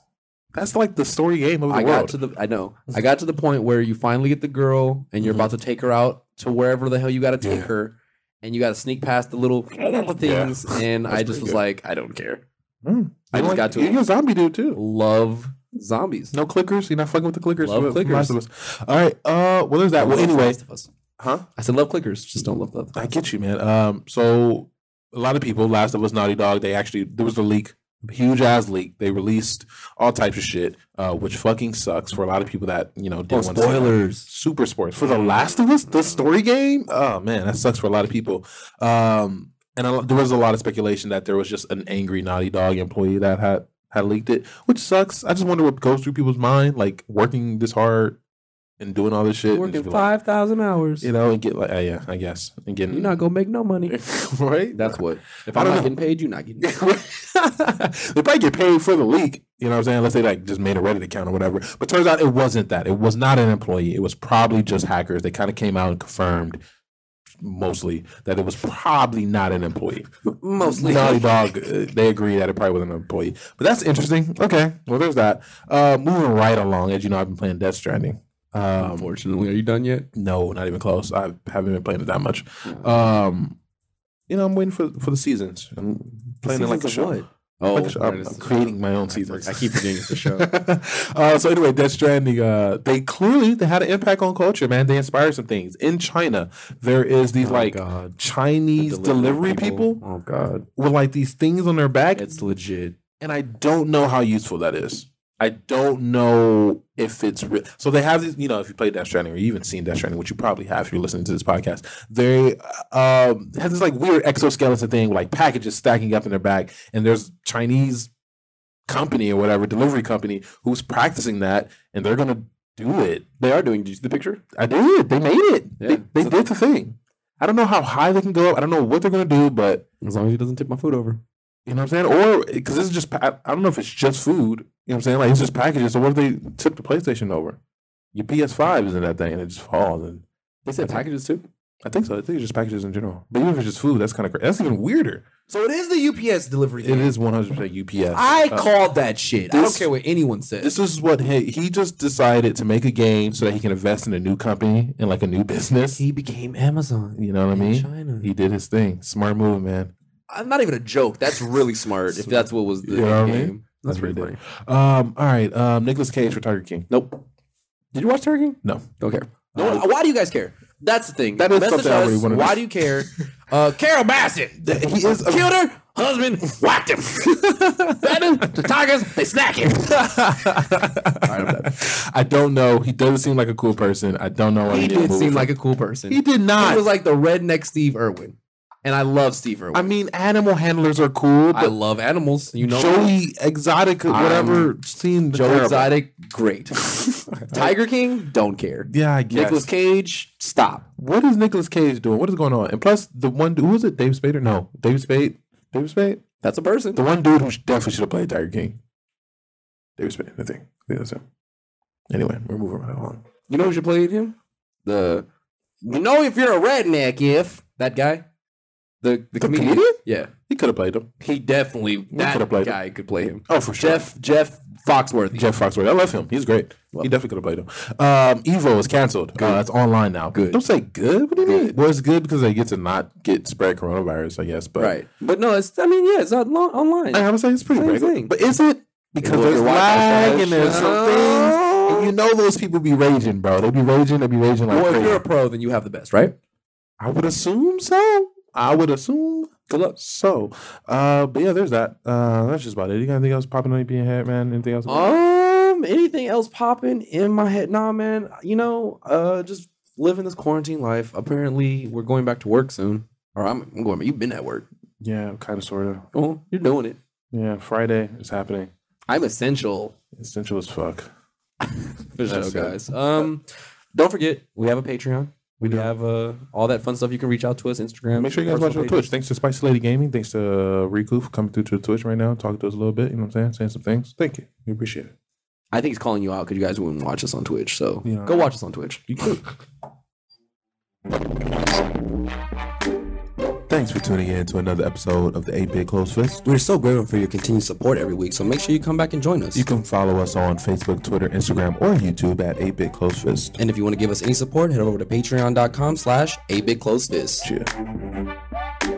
Speaker 1: that's like the story game of the
Speaker 2: I
Speaker 1: world.
Speaker 2: got to the I know I got to the point where you finally get the girl and you're about to take her out to wherever the hell you got to take
Speaker 1: Mm-hmm. Yeah.
Speaker 2: her, and you got to sneak past the little things, and I
Speaker 1: That's
Speaker 2: just
Speaker 1: pretty
Speaker 2: was
Speaker 1: good.
Speaker 2: like, I don't care.
Speaker 1: Mm.
Speaker 2: I
Speaker 1: You
Speaker 2: just
Speaker 1: like-
Speaker 2: got to
Speaker 1: You're a zombie dude too.
Speaker 2: Love zombies.
Speaker 1: No clickers. You're not fucking with the clickers. But-
Speaker 2: Love clickers.
Speaker 1: Last of us. All right. Uh, well, there's that. Well,
Speaker 2: Love
Speaker 1: anyway, Oh,
Speaker 2: Last of Us.
Speaker 1: huh?
Speaker 2: I said love clickers, just don't love love.
Speaker 1: I get you, man. Um, so a lot of people, Last of Us, Naughty Dog, they actually there was a leak, huge ass leak. They released all types of shit, uh, which fucking sucks for a lot of people that you know didn't want to see that. super sports for the last of us the story game oh man that sucks for a lot of people um and a, lo- there was a lot of speculation that there was just an angry naughty dog employee that had had leaked it which sucks i just wonder what goes through people's mind like working this hard and doing all this shit and
Speaker 2: Working
Speaker 1: just be like,
Speaker 2: five thousand hours,
Speaker 1: you know and get like uh, yeah i guess and getting
Speaker 2: you're not gonna make no money.
Speaker 1: [LAUGHS] right
Speaker 2: That's what. If
Speaker 1: I don't
Speaker 2: I'm not
Speaker 1: know.
Speaker 2: getting paid,
Speaker 1: [LAUGHS]
Speaker 2: you're not getting. paid.
Speaker 1: they probably get paid for the leak. You know what I'm saying? Unless they like just made a Reddit account or whatever. But turns out it wasn't that. It was not an employee. It was probably just hackers. They kind of came out and confirmed mostly that it was probably not an employee.
Speaker 2: Mostly.
Speaker 1: Naughty Dog, uh, they agree that it probably wasn't an employee. But that's interesting. Okay. Well, there's that. Uh, moving right along, as you know, I've been playing Death Stranding. Um,
Speaker 2: Unfortunately, are you done yet?
Speaker 1: no, not even close. I haven't been playing it that
Speaker 2: Hmm.
Speaker 1: much. Um, you know, I'm waiting for for the seasons. I'm playing it like a
Speaker 2: Seasons
Speaker 1: show.
Speaker 2: of what? Oh,
Speaker 1: Like I said,
Speaker 2: right,
Speaker 1: I'm,
Speaker 2: it's
Speaker 1: I'm
Speaker 2: the show.
Speaker 1: creating my own
Speaker 2: I for-
Speaker 1: seasons.
Speaker 2: I keep forgetting it's the show.
Speaker 1: [LAUGHS] uh, so anyway, Death Stranding, uh, they clearly they had an impact on culture, man. They inspired some things. In China, there is these
Speaker 2: Oh,
Speaker 1: like
Speaker 2: God.
Speaker 1: Chinese delivery, people.
Speaker 2: Oh God,
Speaker 1: with like these things on their back,
Speaker 2: it's legit.
Speaker 1: and I don't know how useful that is. I don't know if it's real. So they have these, you know, if you play Death Stranding or you even seen Death Stranding, which you probably have if you're listening to this podcast, they uh, um, have this like weird exoskeleton thing, with, like packages stacking up in their back, and there's Chinese company or whatever delivery company who's practicing that, and they're gonna do it.
Speaker 2: They are doing. Did you see the picture?
Speaker 1: I did. They made it.
Speaker 2: Yeah.
Speaker 1: They, they did the thing. I don't know how high they can go up. I don't know what they're gonna do, but
Speaker 2: As long as he doesn't tip my food over.
Speaker 1: you know what I'm saying? Or because this is just, pa- I don't know if it's just food. You know what I'm saying? Like it's just packages. So what if they tip the PlayStation over? Your PS5 is in that thing and it just falls. And
Speaker 2: They said packages too.
Speaker 1: I think so. I think it's just packages in general. But even if it's just food, that's kind of crazy. That's even weirder.
Speaker 2: So it is the UPS delivery.
Speaker 1: It is 100% UPS.
Speaker 2: I
Speaker 1: Uh,
Speaker 2: called that shit. I don't
Speaker 1: this-
Speaker 2: care what anyone says.
Speaker 1: This is what he, he just decided to make a game so that he can invest in a new company and like a new business.
Speaker 2: he became Amazon.
Speaker 1: You know what I mean?
Speaker 2: China.
Speaker 1: He did his thing. Smart move, man.
Speaker 2: I'm not even a joke. That's really smart. [LAUGHS] if that's what was the
Speaker 1: You know what I mean?
Speaker 2: game. That's,
Speaker 1: That's
Speaker 2: pretty
Speaker 1: really
Speaker 2: funny.
Speaker 1: Um, all right. Um, Nicholas Cage for Tiger King.
Speaker 2: Nope.
Speaker 1: Did you watch Tiger King? No.
Speaker 2: Don't care. No, one- why do you guys care? That's the thing.
Speaker 1: That is
Speaker 2: Message
Speaker 1: something I really
Speaker 2: us.
Speaker 1: wanted to-
Speaker 2: Why do you care? Uh, Carol Bassett.
Speaker 1: [LAUGHS] He is a-
Speaker 2: Killed her husband.
Speaker 1: [LAUGHS]
Speaker 2: Whacked him. That is- the Tigers. They snack him.
Speaker 1: I don't know. He doesn't seem like a cool person. I don't know. why
Speaker 2: He
Speaker 1: didn't
Speaker 2: did
Speaker 1: move
Speaker 2: seem
Speaker 1: for-
Speaker 2: like a cool person.
Speaker 1: he did
Speaker 2: He
Speaker 1: not.
Speaker 2: was like the redneck Steve Irwin, and I love Steve Irwin.
Speaker 1: I mean, animal handlers are cool,
Speaker 2: I
Speaker 1: but
Speaker 2: love animals. You know,
Speaker 1: Joey Exotic, whatever, seemed
Speaker 2: Joe
Speaker 1: terrible. [LAUGHS]
Speaker 2: Exotic, great. Tiger King, don't care.
Speaker 1: Yeah, I guess.
Speaker 2: Nicholas Cage, stop.
Speaker 1: what is Nicolas Cage doing? What is going on? And plus, the one dude, who was it? David Spade or no? David Spade. David Spade.
Speaker 2: That's a person.
Speaker 1: The one dude who definitely should have played Tiger King. David Spade. I think. I think that's him. Anyway, we're moving right along.
Speaker 2: You know who should play him? The you know if you're a redneck, if that guy, the the, comedian.
Speaker 1: comedian?
Speaker 2: Yeah,
Speaker 1: He could have played him.
Speaker 2: he definitely
Speaker 1: could've
Speaker 2: that
Speaker 1: played him.
Speaker 2: guy could play him.
Speaker 1: Oh, for sure.
Speaker 2: Jeff Jeff Foxworthy.
Speaker 1: Jeff Foxworthy. I love him. He's great. he definitely could have played him. Um, Evo is canceled. Uh, it's online now.
Speaker 2: Good.
Speaker 1: Don't say good. What do you mean? Well, it's good because they get to not get spread coronavirus, I guess. But
Speaker 2: Right, but no, it's I mean yeah, it's on, online.
Speaker 1: I have to say it's pretty
Speaker 2: Same
Speaker 1: regular.
Speaker 2: thing.
Speaker 1: But is it? Because
Speaker 2: Look,
Speaker 1: there's
Speaker 2: your Wi-Fi
Speaker 1: lag
Speaker 2: flash.
Speaker 1: and there's some
Speaker 2: Oh.
Speaker 1: things. And you know those people be raging, bro. They be raging. They be raging like
Speaker 2: well, if
Speaker 1: crazy.
Speaker 2: you're a pro, then you have the best, right?
Speaker 1: I would assume so. I would assume
Speaker 2: Good luck.
Speaker 1: so. Uh, but yeah, there's that. Uh, that's just about it. You got anything else popping on your head, man? Anything else?
Speaker 2: Um, anything else popping in my head? Nah, man. You know, uh, just living this quarantine life. Apparently, we're going back to work soon. Or I'm, I'm going. You've been at work.
Speaker 1: yeah, kind of, sort of.
Speaker 2: Oh, you're doing it.
Speaker 1: Yeah, Friday is happening.
Speaker 2: I'm essential.
Speaker 1: Essential as fuck.
Speaker 2: For sure,
Speaker 1: That's it.
Speaker 2: guys. Um, don't forget we have a Patreon. We
Speaker 1: do.
Speaker 2: have uh all that fun stuff. You can reach out to us Instagram.
Speaker 1: Make sure you guys watch our
Speaker 2: personal pages.
Speaker 1: Twitch. Thanks to Spicy Lady Gaming. Thanks to uh, Riku for coming through to the Twitch right now, talking to us a little bit. You know what I'm saying? Saying some things. Thank you. We appreciate it.
Speaker 2: I think he's calling you out because you guys wouldn't watch us on Twitch. So
Speaker 1: Yeah.
Speaker 2: go watch us on Twitch.
Speaker 1: Thanks for tuning in to another episode of the 8 Bit Close Fist.
Speaker 2: We're so grateful for your continued support every week. So make sure you come back and join us.
Speaker 1: You can follow us on Facebook, Twitter, Instagram, or YouTube at 8 Bit Close Fist.
Speaker 2: And if you want to give us any support, head over to patreon.com slash a big close fist.
Speaker 1: Cheers.